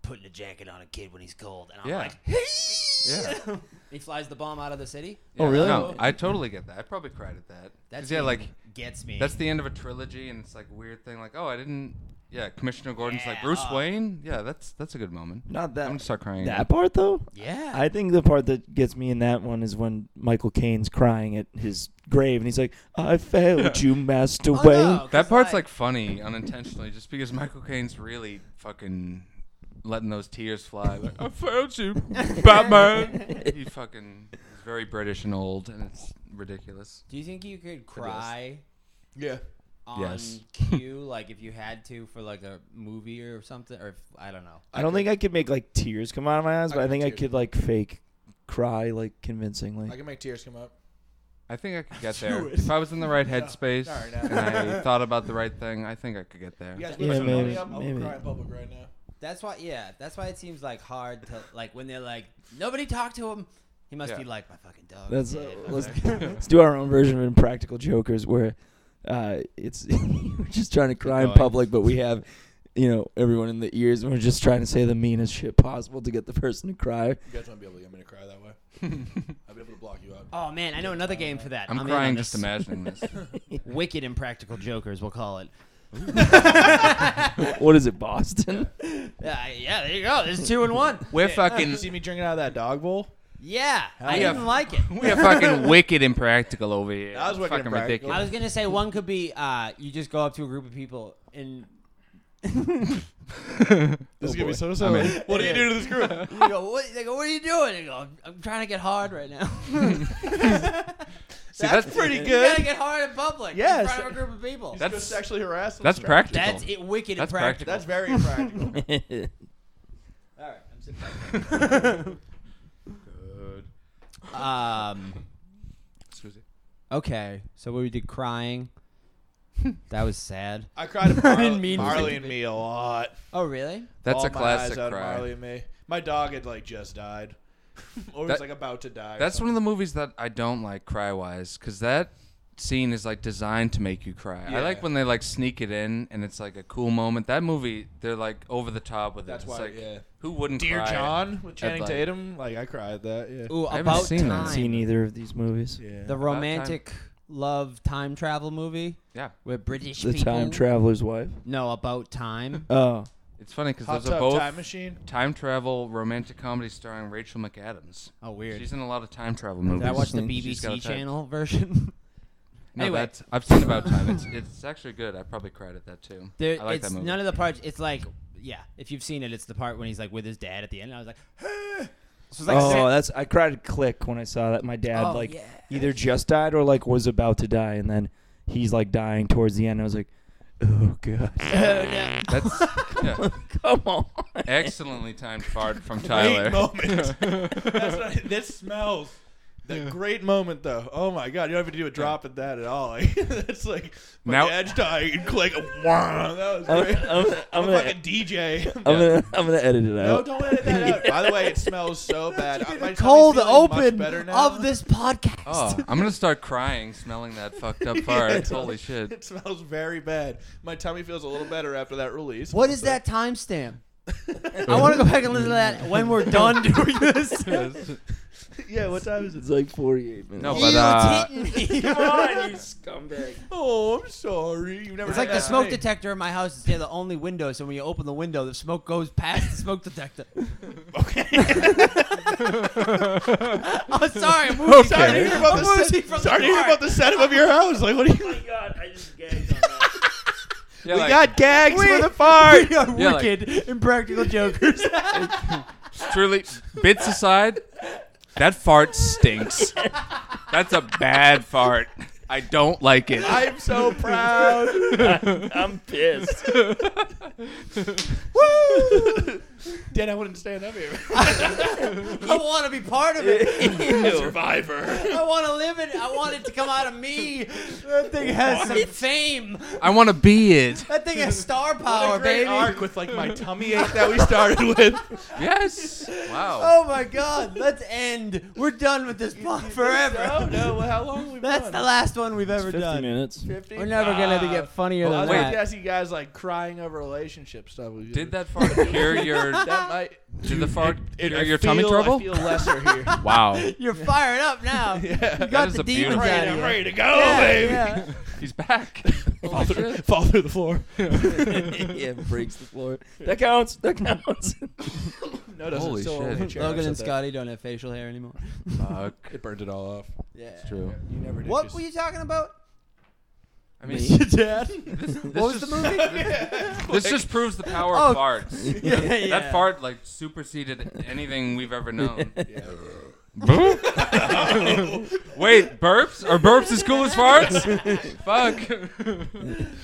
D: putting a jacket on a kid when he's cold. And I'm
B: Yeah.
D: like,
B: Yeah.
D: he flies the bomb out of the city.
A: Oh,
B: Yeah,
A: really?
B: No, I totally get that. I probably cried at that.
D: That's
B: That's yeah, like
D: gets me.
B: that's the end of a trilogy, and it's like a weird thing. Like, oh, I didn't. Yeah, Commissioner Gordon's like
D: Yeah,
B: Bruce
D: uh,
B: Wayne. Yeah, that's that's a good moment.
A: Not
B: I'm
A: that
B: gonna start crying.
A: that part though.
D: yeah.
A: I think the part that gets me in that one is when Michael Caine's crying at his grave, and he's like, "I failed you, Master
D: Oh,
A: Wayne."
D: no, 'cause
B: That part's like funny unintentionally, just because Michael Caine's really fucking letting those tears fly. Like, I failed you, Batman. he fucking is very British and old, and it's ridiculous.
D: Do you think you could cry
C: yeah.
D: on
B: Yes.
D: cue, like if you had to for like a movie or something, or if, I don't know.
A: I don't think I could make like tears come out of my eyes, but I
C: could
A: think I
C: too.
A: could like fake cry like convincingly.
C: I can make tears come up.
B: I think I could get there if I was in the right headspace
C: Sorry, no.
B: and I thought about the right thing. I think I could get there.
C: You guys
A: Yeah,
C: want some
A: maybe,
C: money up? I'll
A: maybe.
C: cry in public right now.
D: That's why, yeah. That's why it seems like hard to like when they're like nobody talked to him. He must
B: Yeah.
D: be like my fucking dog.
A: That's uh,
D: dead."
A: let's, let's do our own version of Impractical Jokers, where uh, it's we're just trying to cry in
B: going.
A: public, but we have you know everyone in the ears, and we're just trying to say the meanest shit possible to get the person to cry.
C: You guys want to be able to get me to cry that way? I'll be able to block you out.
D: oh man, I know another game for that.
B: I'm
D: in on
B: crying
D: this.
B: just imagining this.
D: Wicked impractical jokers, we'll call it.
A: What is it, Boston?
D: Yeah, Uh, yeah, there you go. There's two and one.
B: We're
C: You
B: fucking
C: see me drinking out of that dog bowl?
D: Yeah, I
C: yeah.
D: didn't like it.
B: we are fucking wicked impractical over here.
C: That was
B: It's
C: wicked
B: fucking
C: impractical.
D: I
B: ridiculous.
D: was gonna say one could be uh, you just go up to a group of people and
C: This is
A: gonna
C: gonna
A: be
C: be so silly. What do you do to this group?
D: you go, what, they go, what are you doing? They go, I'm, I'm trying to get hard right now.
B: See, that's,
C: pretty
D: you gotta get hard in public.
C: Yes.
D: in front of a group of people.
C: That's
B: That's-
C: sexually harassment.
B: that's
C: strategy.
B: practical.
D: That's it, wicked
B: That's
D: impractical.
C: That's very impractical.
D: All right, I'm sitting back. Good. Um.
B: Excuse me.
D: Okay, so we did crying. that was sad.
C: I cried at Marley,
D: didn't mean to.
C: Marley and me a lot.
D: Oh really?
B: That's
C: All
B: a
C: my
B: classic
C: eyes out of
B: cry.
C: Marley and me. My dog had like just died, or was
B: That-
C: like about to die. or
B: That's
C: something.
B: one of the movies that I don't like cry wise because that scene is like designed to make you cry. I like
C: Yeah.
B: when they like sneak it in and it's like a cool moment. That movie, they're like over the top with it.
C: That's
B: It's
C: why,
B: like,
C: yeah.
B: Who wouldn't
C: Dear
B: cry?
C: John with Channing
B: like-
C: Tatum. Like I cried at that. Yeah.
D: Ooh,
B: I haven't
D: about
B: seen that.
D: time.
A: Seen either of these movies?
C: Yeah.
D: The romantic love time travel movie
B: Yeah,
D: with British
A: The
D: people.
A: Time Traveler's Wife.
D: no, about time.
A: Oh,
B: it's funny because
C: Hot
B: those are
C: tub
B: both
C: time machine.
B: time travel romantic comedy starring Rachel McAdams.
D: Oh weird.
B: She's in a lot of time travel movies.
D: Did I watch the
A: She's
B: got a
D: BBC
B: type.
D: channel version?
B: No,
D: Anyway.
B: that's, I've seen about time. It's, it's actually good. I probably cried at that too.
D: There,
B: I like
D: it's
B: that movie.
D: none of the parts. It's like, yeah, if you've seen it, it's the part when he's like with his dad at the end. And I was like, this was like
A: oh,
D: sad-
A: that's I cried at click when I saw that my dad
D: Oh,
A: like
D: yeah.
A: either just died or like was about to die, and then he's like dying towards the end. I was like, oh god,
B: That's yeah,
A: come on.
B: excellently timed fart from
C: Great
B: Tyler.
C: moment. That's what I, this smells. The great moment though. Oh my god, you don't have to do a drop at that at all. Like, it's like my
B: Now-
C: dad's dying. Click. Wah, that was
A: I'm,
C: great.
A: I'm, I'm
C: I'm
A: gonna,
C: a fucking DJ.
A: I'm gonna, I'm gonna edit it
C: No,
A: out.
C: don't edit that out. By the way, it smells so bad. Uh, my tummy's
D: cold
C: feeling much
D: open
C: better now.
D: of this podcast.
B: Oh, I'm gonna start crying smelling that fucked up fart.
C: it
B: Holy
C: smells-
B: shit!
C: It smells very bad. My tummy feels a little better after that release.
D: What is
C: Also,
D: that timestamp? I want to go back and listen to that when we're done doing this.
C: yeah, what time is it?
A: It's like 48 minutes.
B: No, but uh,
A: Come on, you scumbag.
C: Oh, I'm sorry. You never.
D: It's
C: had
D: like the
C: that
D: smoke
C: thing.
D: detector in my house is near the only window, so when you open the window, the smoke goes past the smoke detector. I'm Oh, sorry, I'm moving.
C: Sorry to hear about
D: I'm
C: the
D: moving
C: set-
D: from
C: sorry to
D: the
C: hear about the Oh setup of your house. Like, what do you?
A: God, I just gagged on that.
B: yeah,
C: we
B: like,
C: got gags
D: We-
C: for the fart.
D: We are
B: Yeah, like-
D: wicked impractical jokers.
B: truly bits aside, that fart stinks. That's a bad fart. I don't like it.
C: I'm so proud.
A: I'm pissed.
C: Woo! Dan, I wouldn't stand up here.
D: I want to be part of it.
C: Survivor.
D: I want to live it. I want it to come out of me. That thing has some fame.
B: I want to be it.
D: That thing has star power,
C: Great
D: baby.
C: arc with like my tummy ache that we started with.
B: Yes. Wow.
D: Oh my God! Let's end. We're done with this pod forever.
C: Oh no! Well, how long have we
D: That's the
C: been?
D: last one we've ever
A: 50
D: done.
A: minutes.
C: Fifty.
D: We're never gonna to get
B: uh,
D: funnier
C: Well, I
D: than
C: was going
D: that.
C: you guys like crying over relationship stuff. We
B: Did that fart cure your?
C: That might.
B: Did the fart
C: It,
B: cure
C: I
B: your tummy
C: feel-
B: trouble?
C: I feel lesser here.
B: Wow.
D: You're fired up now. You
B: That
D: got
B: is
D: the
B: a
D: demons
B: beautiful- Oh,
D: out
C: ready,
D: of
C: I'm
D: you.
C: ready to go, baby.
D: Yeah, yeah.
B: He's back.
C: Fall,
B: Holy
C: through,
B: shit.
C: fall through the floor.
A: yeah, breaks the floor. That counts. That counts.
C: No, it doesn't.
B: Holy
C: Still
B: shit.
C: only a chair.
D: Logan
C: I
D: and
C: said
D: Scotty don't have facial hair anymore.
B: Fuck.
C: that. It burned it all off.
D: Yeah.
B: True.
C: You never did.
D: What
C: just-
D: were you talking about?
B: I mean,
D: Dad.
B: this
D: What was the
B: just-
D: movie?
B: This just proves the power
D: Oh.
B: of farts.
D: yeah,
B: That fart like superseded anything we've ever
A: Um,
B: known. Wait, burps? Are burps as cool as farts? Fuck.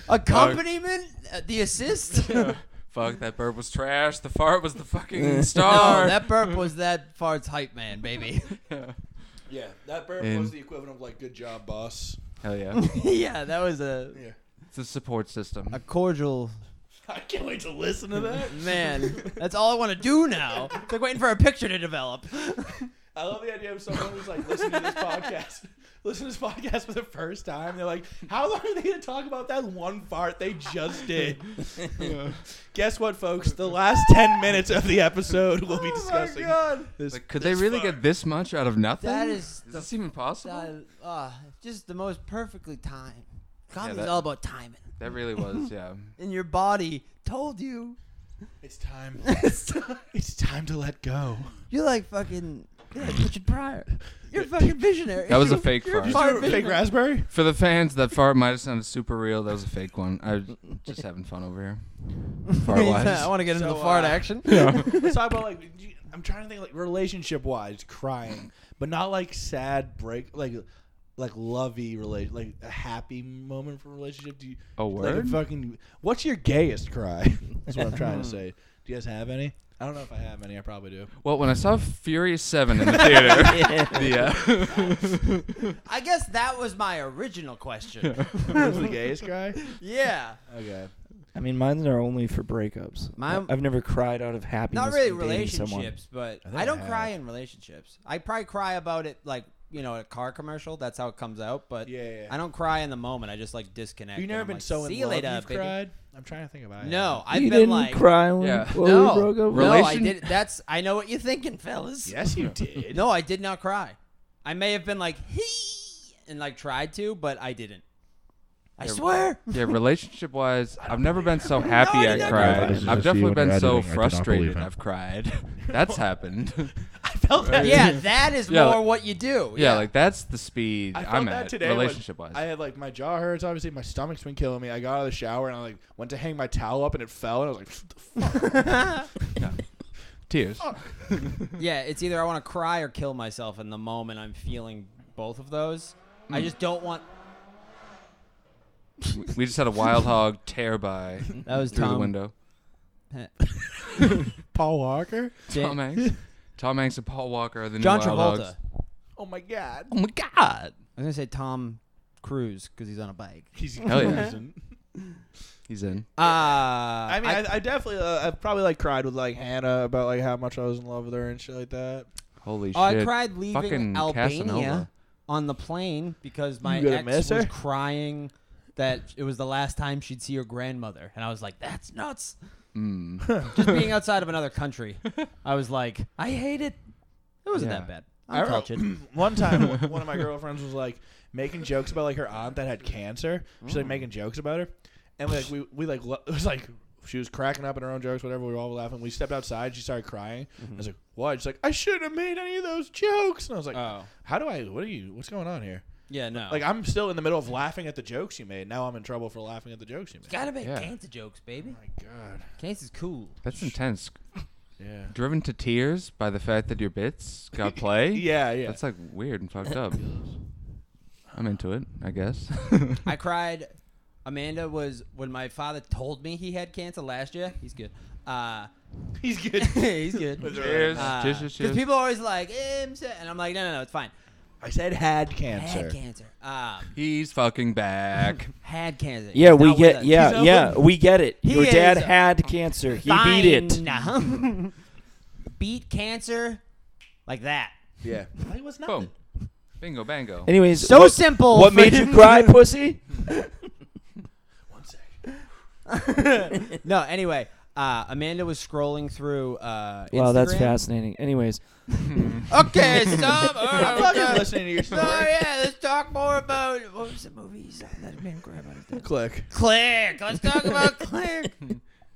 D: Accompaniment? Uh, the assist?
B: Fuck, that burp was trash. The fart was the fucking
D: No,
B: star.
D: that burp was that fart's hype man, baby.
C: Yeah, that burp
B: And-
C: was the equivalent of like "Good job, boss."
B: Hell yeah.
D: yeah, that was a,
C: Yeah.
B: It's a support system.
D: a cordial
C: I can't wait to listen to that.
D: man. That's all I want to do now. It's like waiting for a picture to develop. Oh
C: I love the idea of someone who's like listening to this podcast, listen to this podcast for the first time. They're like, "How long are they going to talk about that one fart they just did?" Guess what, folks? The last ten minutes of the episode we'll
D: Oh
C: be discussing. This,
B: Like, could they really get this much out of nothing?
D: That is
B: Is
D: the
B: this even possible?
D: Uh, uh, just the most perfectly timed. Comedy's
B: that-
D: all about timing.
B: that really was, yeah.
D: And your body told you.
C: It's time.
D: It's time.
C: It's time to let go.
D: You're like fucking you're like Richard Pryor. You're a fucking visionary.
B: That was a fake
D: You're
B: fart.
D: fart
C: Fake
D: visionary.
C: raspberry.
B: For the fans, that fart might have sounded super real. That was a fake one. I was just having fun over here. Fart
D: Yeah,
B: wise.
D: I want to get into
C: So,
D: the fart
C: uh,
D: action.
C: Let's talk about like do you- I'm trying to think like relationship wise, crying, but not like sad break like like lovey relation like a happy moment for relationship. Do you
B: A
C: like
B: word?
C: fucking what's your gayest cry? That's what I'm trying to say. Do you guys have any? I don't know if I have any. I probably do.
B: Well, when I saw Furious 7 in the theater, yeah.
D: I guess that was my original question.
C: What's the gayest cry?
D: yeah.
C: Okay.
A: I mean, mine are only for breakups.
D: Mine-
A: I've never cried out of happiness.
D: Not really
A: in dating someone.
D: relationships, but
C: think
D: I,
C: I
D: don't
C: have.
D: cry in relationships. I probably cry about it like, you know, at a car commercial. That's how it comes out. But
C: Yeah, yeah, yeah.
D: I don't cry in the moment. I just like disconnect.
C: You've
D: and
C: never
D: I'm
C: been
D: like,
C: so
D: See
C: in
D: you
C: love
D: later,
C: you've
D: baby."
C: cried? I'm trying to think about it.
D: No, I've
A: You
D: been
A: didn't
D: like
A: cry when,
B: Yeah.
A: when
D: No.
A: we broke up.
B: Really?
D: No, I
B: Relation-
D: did. That's I know what you're thinking, fellas.
C: Yes, you did.
D: No, I did not cry. I may have been like hee and like tried to, but I didn't. I swear.
B: Yeah, relationship wise, I've never been so happy
D: No,
B: I
D: no, no.
F: Yeah,
B: cried.
F: this is
B: I've
F: just you
B: definitely
F: when
B: been
F: you're
B: so
F: editing. I do not believe
B: frustrated
F: him.
B: I've cried. That's happened.
C: I felt that.
D: Yeah, that is
B: Yeah,
D: more
B: like-
D: what you do.
B: Yeah, like that's the speed
C: I felt
B: I'm
C: that
B: at
C: today.
B: relationship
C: when
B: wise.
C: I had like my jaw hurts. Obviously, my stomach's been killing me. I got out of the shower and I like went to hang my towel up and it fell and I was like,
B: Tears.
D: yeah. It's either I want to cry or kill myself in the moment I'm feeling both of those.
B: Hmm.
D: I just don't want.
B: We- We just had a wild hog tear by
D: That was
B: through
D: Tom.
B: the window.
C: Paul Walker.
D: Ja-
B: Tom Hanks. Tom Hanks and Paul Walker are the new
D: John
B: wild
D: Travolta.
B: hogs.
C: Oh my god.
B: Oh my god.
D: I'm gonna say Tom Cruise because he's on a bike.
C: He's
B: Hell yeah.
C: cruising.
B: He's in.
D: Uh,
C: I mean, I, I, definitely, uh, I probably like cried with like Hannah about like how much I was in love with her and shit like that.
B: Holy
D: Oh,
B: shit.
D: I cried leaving
B: Fucking
D: Albania
B: Casanova.
D: on the plane because my
C: You gonna
D: ex
C: miss
D: was
C: her?
D: crying that it was the last time she'd see her grandmother, and I was like, "That's nuts."
B: Hmm.
D: Just being outside of another country, I was like, I hate it. It wasn't
B: Yeah.
D: that bad.
C: I
D: I'm
C: wrote-
D: cultured.
C: One time, one of my girlfriends was like making jokes about like her aunt that had cancer. She's
D: Mm.
C: like making jokes about her, and like we we like lo- it was like she was cracking up at her own jokes. Whatever, we were all laughing. We stepped outside. She started crying.
D: Mm-hmm.
C: I was like, "What?" She's like, "I shouldn't have made any of those jokes." And I was like,
D: Oh.
C: "How do I? What are you? What's going on here?"
D: Yeah, no.
C: Like I'm still in the middle of laughing at the jokes you made. Now I'm in trouble for laughing at the jokes you made.
D: gotta make
B: Yeah.
D: cancer jokes, baby.
C: My God.
D: Cancer's cool.
B: That's intense.
C: Yeah.
B: Driven to tears by the fact that your bits got play.
C: Yeah. Yeah.
B: That's like weird and fucked up. I'm into it, I guess.
D: I cried. Amanda was when my father told me he had cancer last year. He's good. Uh,
C: He's good.
D: he's good.
B: cheers.
D: Uh,
B: cheers, cheers, cheers.
D: people are always like, eh, I'm sad," and I'm like, no, no, no, it's fine.
C: I said had cancer.
D: Had cancer. Um,
B: He's fucking back.
D: had cancer.
A: Yeah,
D: He's
A: we
D: not with
A: get.
D: us.
C: He's
A: Yeah,
C: not
A: yeah,
C: with-
A: we get it.
D: He
A: Your
D: is
A: dad
D: a-
A: had cancer. He beat it.
D: Fine. beat cancer like that.
C: Yeah. It was nothing.
B: Boom. Bingo, bango.
A: Anyways,
D: So
A: what-
D: simple.
A: What
D: for
A: made you cry, pussy?
C: One sec.
D: No, anyway, uh, Amanda was scrolling through. Uh,
A: Wow, that's
D: Instagram.
A: fascinating. Anyways,
D: Okay, stop.
C: I'm fucking listening to your story.
D: Oh yeah, let's talk more about what was the movies that have been grabbed out of this.
C: Click.
D: Click. Let's talk about Click.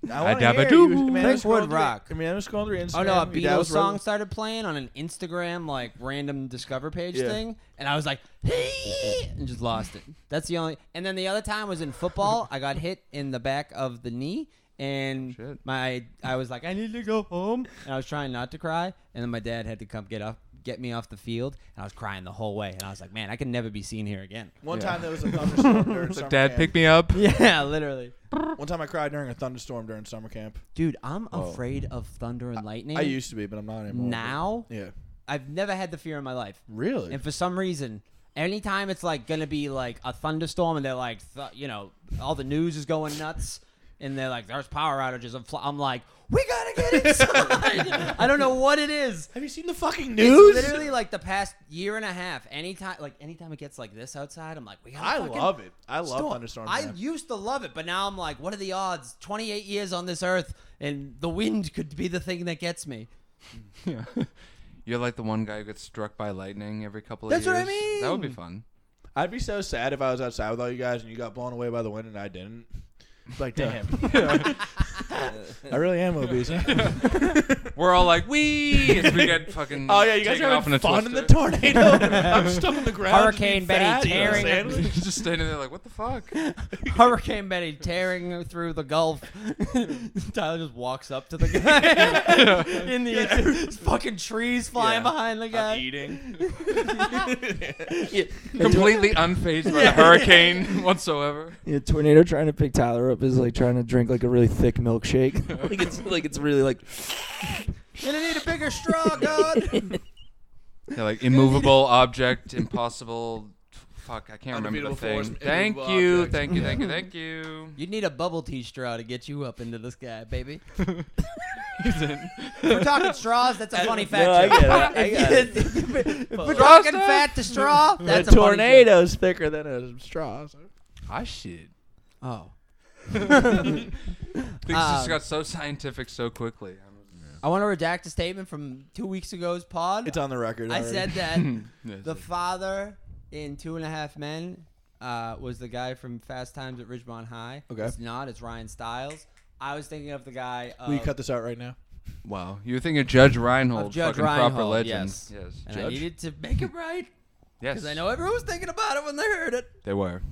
C: I
B: dabba
C: want
B: doo.
C: to
D: Thanks, Wood Rock.
C: I mean, I'm scrolling through Instagram.
D: Oh no,
C: your
D: a
C: dad
D: Beatles
C: was
D: song
C: rolling-
D: started playing on an Instagram like random discover page
C: Yeah.
D: thing, and I was like, "Hey," and just lost it. That's the only. And then the other time was in football. I got hit in the back of the knee, and
B: Shit.
D: my I was like, "I need to go home," and I was trying not to cry, and then my dad had to come get up, get me off the field, and I was crying the whole way, and I was like, "Man, I can never be seen here again."
C: One
B: Yeah.
C: time there was a thunderstorm during summer
B: Dad,
C: camp.
B: pick me up.
D: Yeah, literally,
C: One time I cried during a thunderstorm during summer camp.
D: dude. I'm afraid of thunder and lightning.
C: I used to be, but I'm not anymore.
D: now.
C: Yeah.
D: I've never had the fear in my life.
C: Really?
D: And for some reason, anytime it's like gonna be like a thunderstorm, and they're like, th- you know, all the news is going nuts, and they're like, there's power outages. I'm, fl- I'm like, we gotta get inside. I don't know what it is.
C: Have you seen the fucking
D: It's
C: news?
D: literally like the past year and a half. Anytime, like anytime it gets like this outside, I'm like, we gotta.
C: I
D: fucking
C: love it. I love
D: storm.
C: thunderstorms.
D: I used to love it, but now I'm like, what are the odds? 28 years on this earth, and the wind could be the thing that gets me.
B: Yeah. You're like the one guy who gets struck by lightning every couple of
D: That's
B: years.
D: what I
B: That would be
D: mean.
B: fun.
C: I'd be so sad if I was outside with all you guys and you got blown away by the wind and I didn't. It's Like damn, I really am obese.
B: We're all like, wee! As we get fucking.
C: oh yeah, you guys
B: taken
C: are
B: off in
C: having
B: a
C: fun in the
B: twister.
C: tornado. I'm stuck on the ground.
D: Hurricane Betty
C: fat, eating a
D: tearing up-
C: sandwich.
B: Just standing there like, what the fuck?
D: Hurricane Betty tearing through the Gulf. Tyler just walks up to the guy in the there's fucking trees flying
C: Yeah.
D: behind the
C: I'm
D: guy.
C: eating.
B: Completely unfazed by the hurricane whatsoever.
A: yeah, tornado trying to pick Tyler up is like trying to drink like a really thick milkshake. like it's like it's really like
D: Gonna need a bigger straw, God.
B: Yeah, like immovable object, impossible. Fuck, I can't remember the
C: Unbeatable
B: thing.
C: force,
B: thank,
C: immovable
B: you,
C: object.
B: thank you, thank you, thank you,
D: You'd need a bubble tea straw to get you up into the sky, baby.
B: He's in.
D: If we're talking straws, that's a funny fact.
A: No, I get it. I get it.
D: if we're
B: Straw
D: talking
B: stuff?
D: fat to straw, that's
A: a
D: a funny joke.
A: tornado's thicker than a straw. so-
B: Hot Ah, shit.
D: Oh.
B: Things just
D: Um,
B: got so scientific so quickly.
D: I want to redact a statement from two weeks ago's pod.
C: It's on the record.
D: I
C: already.
D: said that
B: Yeah, it's
D: The
B: like-
D: father in Two and a Half Men uh, was the guy from Fast Times at Ridgemont High.
C: Okay.
D: It's not. It's Ryan Styles. I was thinking of the guy. Of,
C: Will you cut this out right now?
B: wow, you were thinking Judge Reinhold,
D: Of Judge
B: fucking proper
D: Reinhold,
B: legend.
D: yes.
B: yes.
D: and I needed to make it right
B: Yes.
D: because I know everyone was thinking about it when they heard it.
B: They were.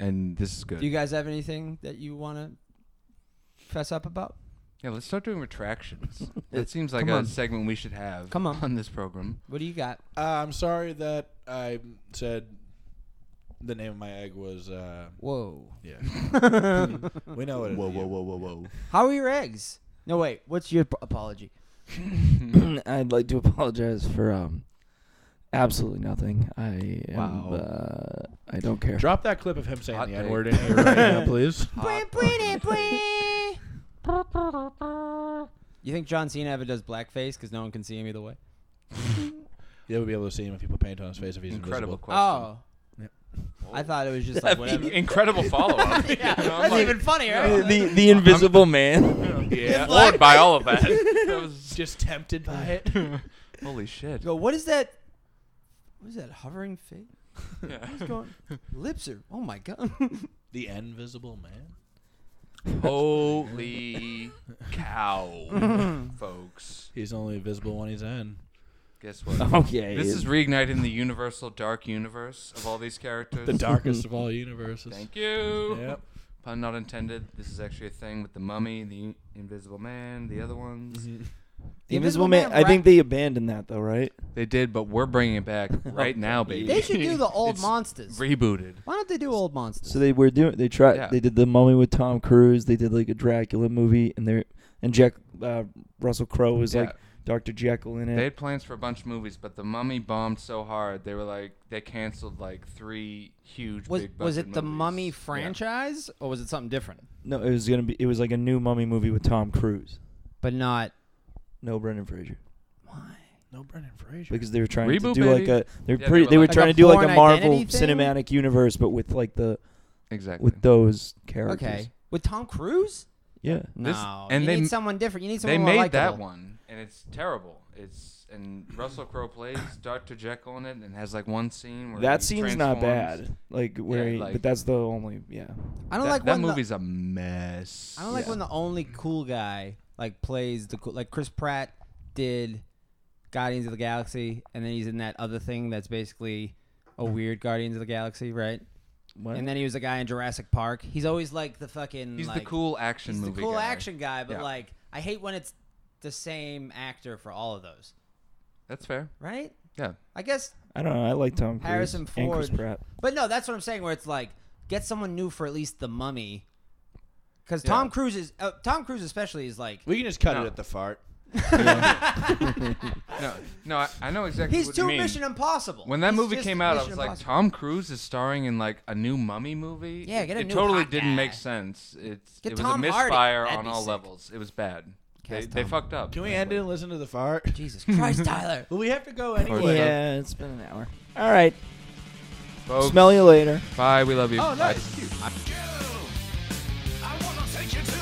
B: And this is good.
D: Do you guys have anything that you want to fess up about?
B: yeah, let's start doing retractions. that seems like a segment we should have
D: Come on.
B: on this program.
D: What do you got?
C: Uh, I'm sorry that I said the name of my egg was. Uh,
D: Whoa.
C: yeah. we know what it is. Whoa, whoa, whoa, whoa, whoa.
D: How are your eggs? No, wait. What's your p- apology?
A: I'd like to apologize for um absolutely nothing. I am,
D: Wow.
A: uh, I don't care.
C: Drop that clip of him saying
B: Hot
C: the
B: take.
C: N word in here right now, please.
D: You think John Cena ever does blackface because no one can see him either way?
C: You'll be able to see him if you put paint on his face if he's
B: Incredible
C: invisible.
B: question.
D: Oh. I thought it was just like whatever.
B: Incredible follow up.
D: yeah, that's even funnier.
A: the the invisible man.
C: Yeah.
B: floored by all of that. that was,
C: Just tempted by it.
B: holy shit.
G: Go. What is that? What is that hovering face?
B: Yeah.
G: What's going? Lips are. Oh my god.
C: The invisible man.
B: Holy cow, folks.
C: He's only visible when he's in.
B: Guess what?
A: Okay.
B: This is reigniting the universal dark universe of all these characters.
C: The darkest of all universes.
B: Thank you.
C: Yep.
B: Pun not intended. This is actually a thing with the mummy, the Invisible Man, the other ones.
A: Mm-hmm. The Invisible Man. I think they abandoned that though, right?
B: They did, but we're bringing it back right now, baby.
D: They should do the old
B: It's
D: monsters.
B: rebooted.
D: Why don't they do old monsters?
A: So they were doing. They tried.
B: Yeah.
A: They did the Mummy with Tom Cruise. They did like a Dracula movie, and they and Jack uh, Russell Crowe was
B: Yeah.
A: like Doctor Jekyll in it.
B: They had plans for a bunch of movies, but the Mummy bombed so hard they were like they canceled like three huge.
D: Was,
B: big
D: was
B: budget
D: it the
B: movies.
D: Mummy
B: Yeah.
D: franchise or was it something different?
A: no, it was gonna be. It was like a new Mummy movie with Tom Cruise.
D: But not.
A: No, Brendan Fraser,
C: No Brendan Fraser.
A: because they were trying to
B: Reboot,
A: do
B: baby.
A: like a. They're
B: Yeah, they
A: pretty.
B: were
A: They were
B: like-
A: trying
D: Like a
A: to do like a
D: foreign
A: Marvel
D: identity thing?
A: cinematic universe, but with like the
B: Exactly.
A: with those characters.
D: Okay. With Tom Cruise?
A: Yeah.
D: No.
B: This- and
D: you
B: they-
D: need someone different. You need someone
B: they
D: more
B: made that
D: likable.
B: one, and it's terrible. It's and Russell Crowe plays Doctor Jekyll in it, and has like one scene where
A: That
B: he
A: scene's not
B: transforms.
A: bad. Like where,
B: Yeah,
A: he,
B: like-
A: but that's the only. Yeah.
D: I don't
B: that,
D: like
B: that
D: when the-
B: movie's a mess.
D: I don't like
A: Yeah.
D: when the only cool guy like plays the cool like Chris Pratt did Guardians of the Galaxy and then he's in that other thing that's basically a weird Guardians of the Galaxy, right?
A: What?
D: And then he was a guy in Jurassic Park. He's always like the fucking
B: He's
D: like,
B: the cool action
D: he's the
B: movie.
D: cool
B: guy.
D: action guy, but
B: Yeah.
D: like I hate when it's the same actor for all of those,
B: That's fair.
D: right?
B: Yeah.
D: I guess
A: I don't know. I like Tom Cruise
D: Harrison
A: and Chris
D: Ford.
A: Pratt.
D: But no, that's what I'm saying. Where it's like, get someone new for at least the mummy, because
B: Yeah.
D: Tom Cruise is uh, Tom Cruise especially is like
C: we can just cut
B: No.
C: it at the fart.
B: No, no, I, I know exactly.
D: he's
B: what you
D: too
B: mean.
D: Mission Impossible.
B: When that
D: He's
B: movie
D: just
B: came out, I
D: Mission
B: was like,
D: Impossible.
B: Tom Cruise is starring in like a new Mummy movie.
D: Yeah, get a
B: it
D: new
B: totally
D: hot
B: didn't make
D: guy.
B: sense. It's
D: Get
B: it was a
D: Tom Hardy.
B: misfire
D: That'd
B: on
D: be
B: all
D: sick.
B: levels. It was bad. They,
D: Cast
B: they
D: Tom.
B: fucked up.
C: Can we end it and listen to the fart?
D: Jesus Christ, Tyler.
C: Well, we have to go anyway.
A: Yeah, it's been an hour. All right.
B: Folks,
A: Smell you later.
B: Bye. We love you.
C: Oh,
B: Bye.
C: nice. Cute.
H: I wanna take you to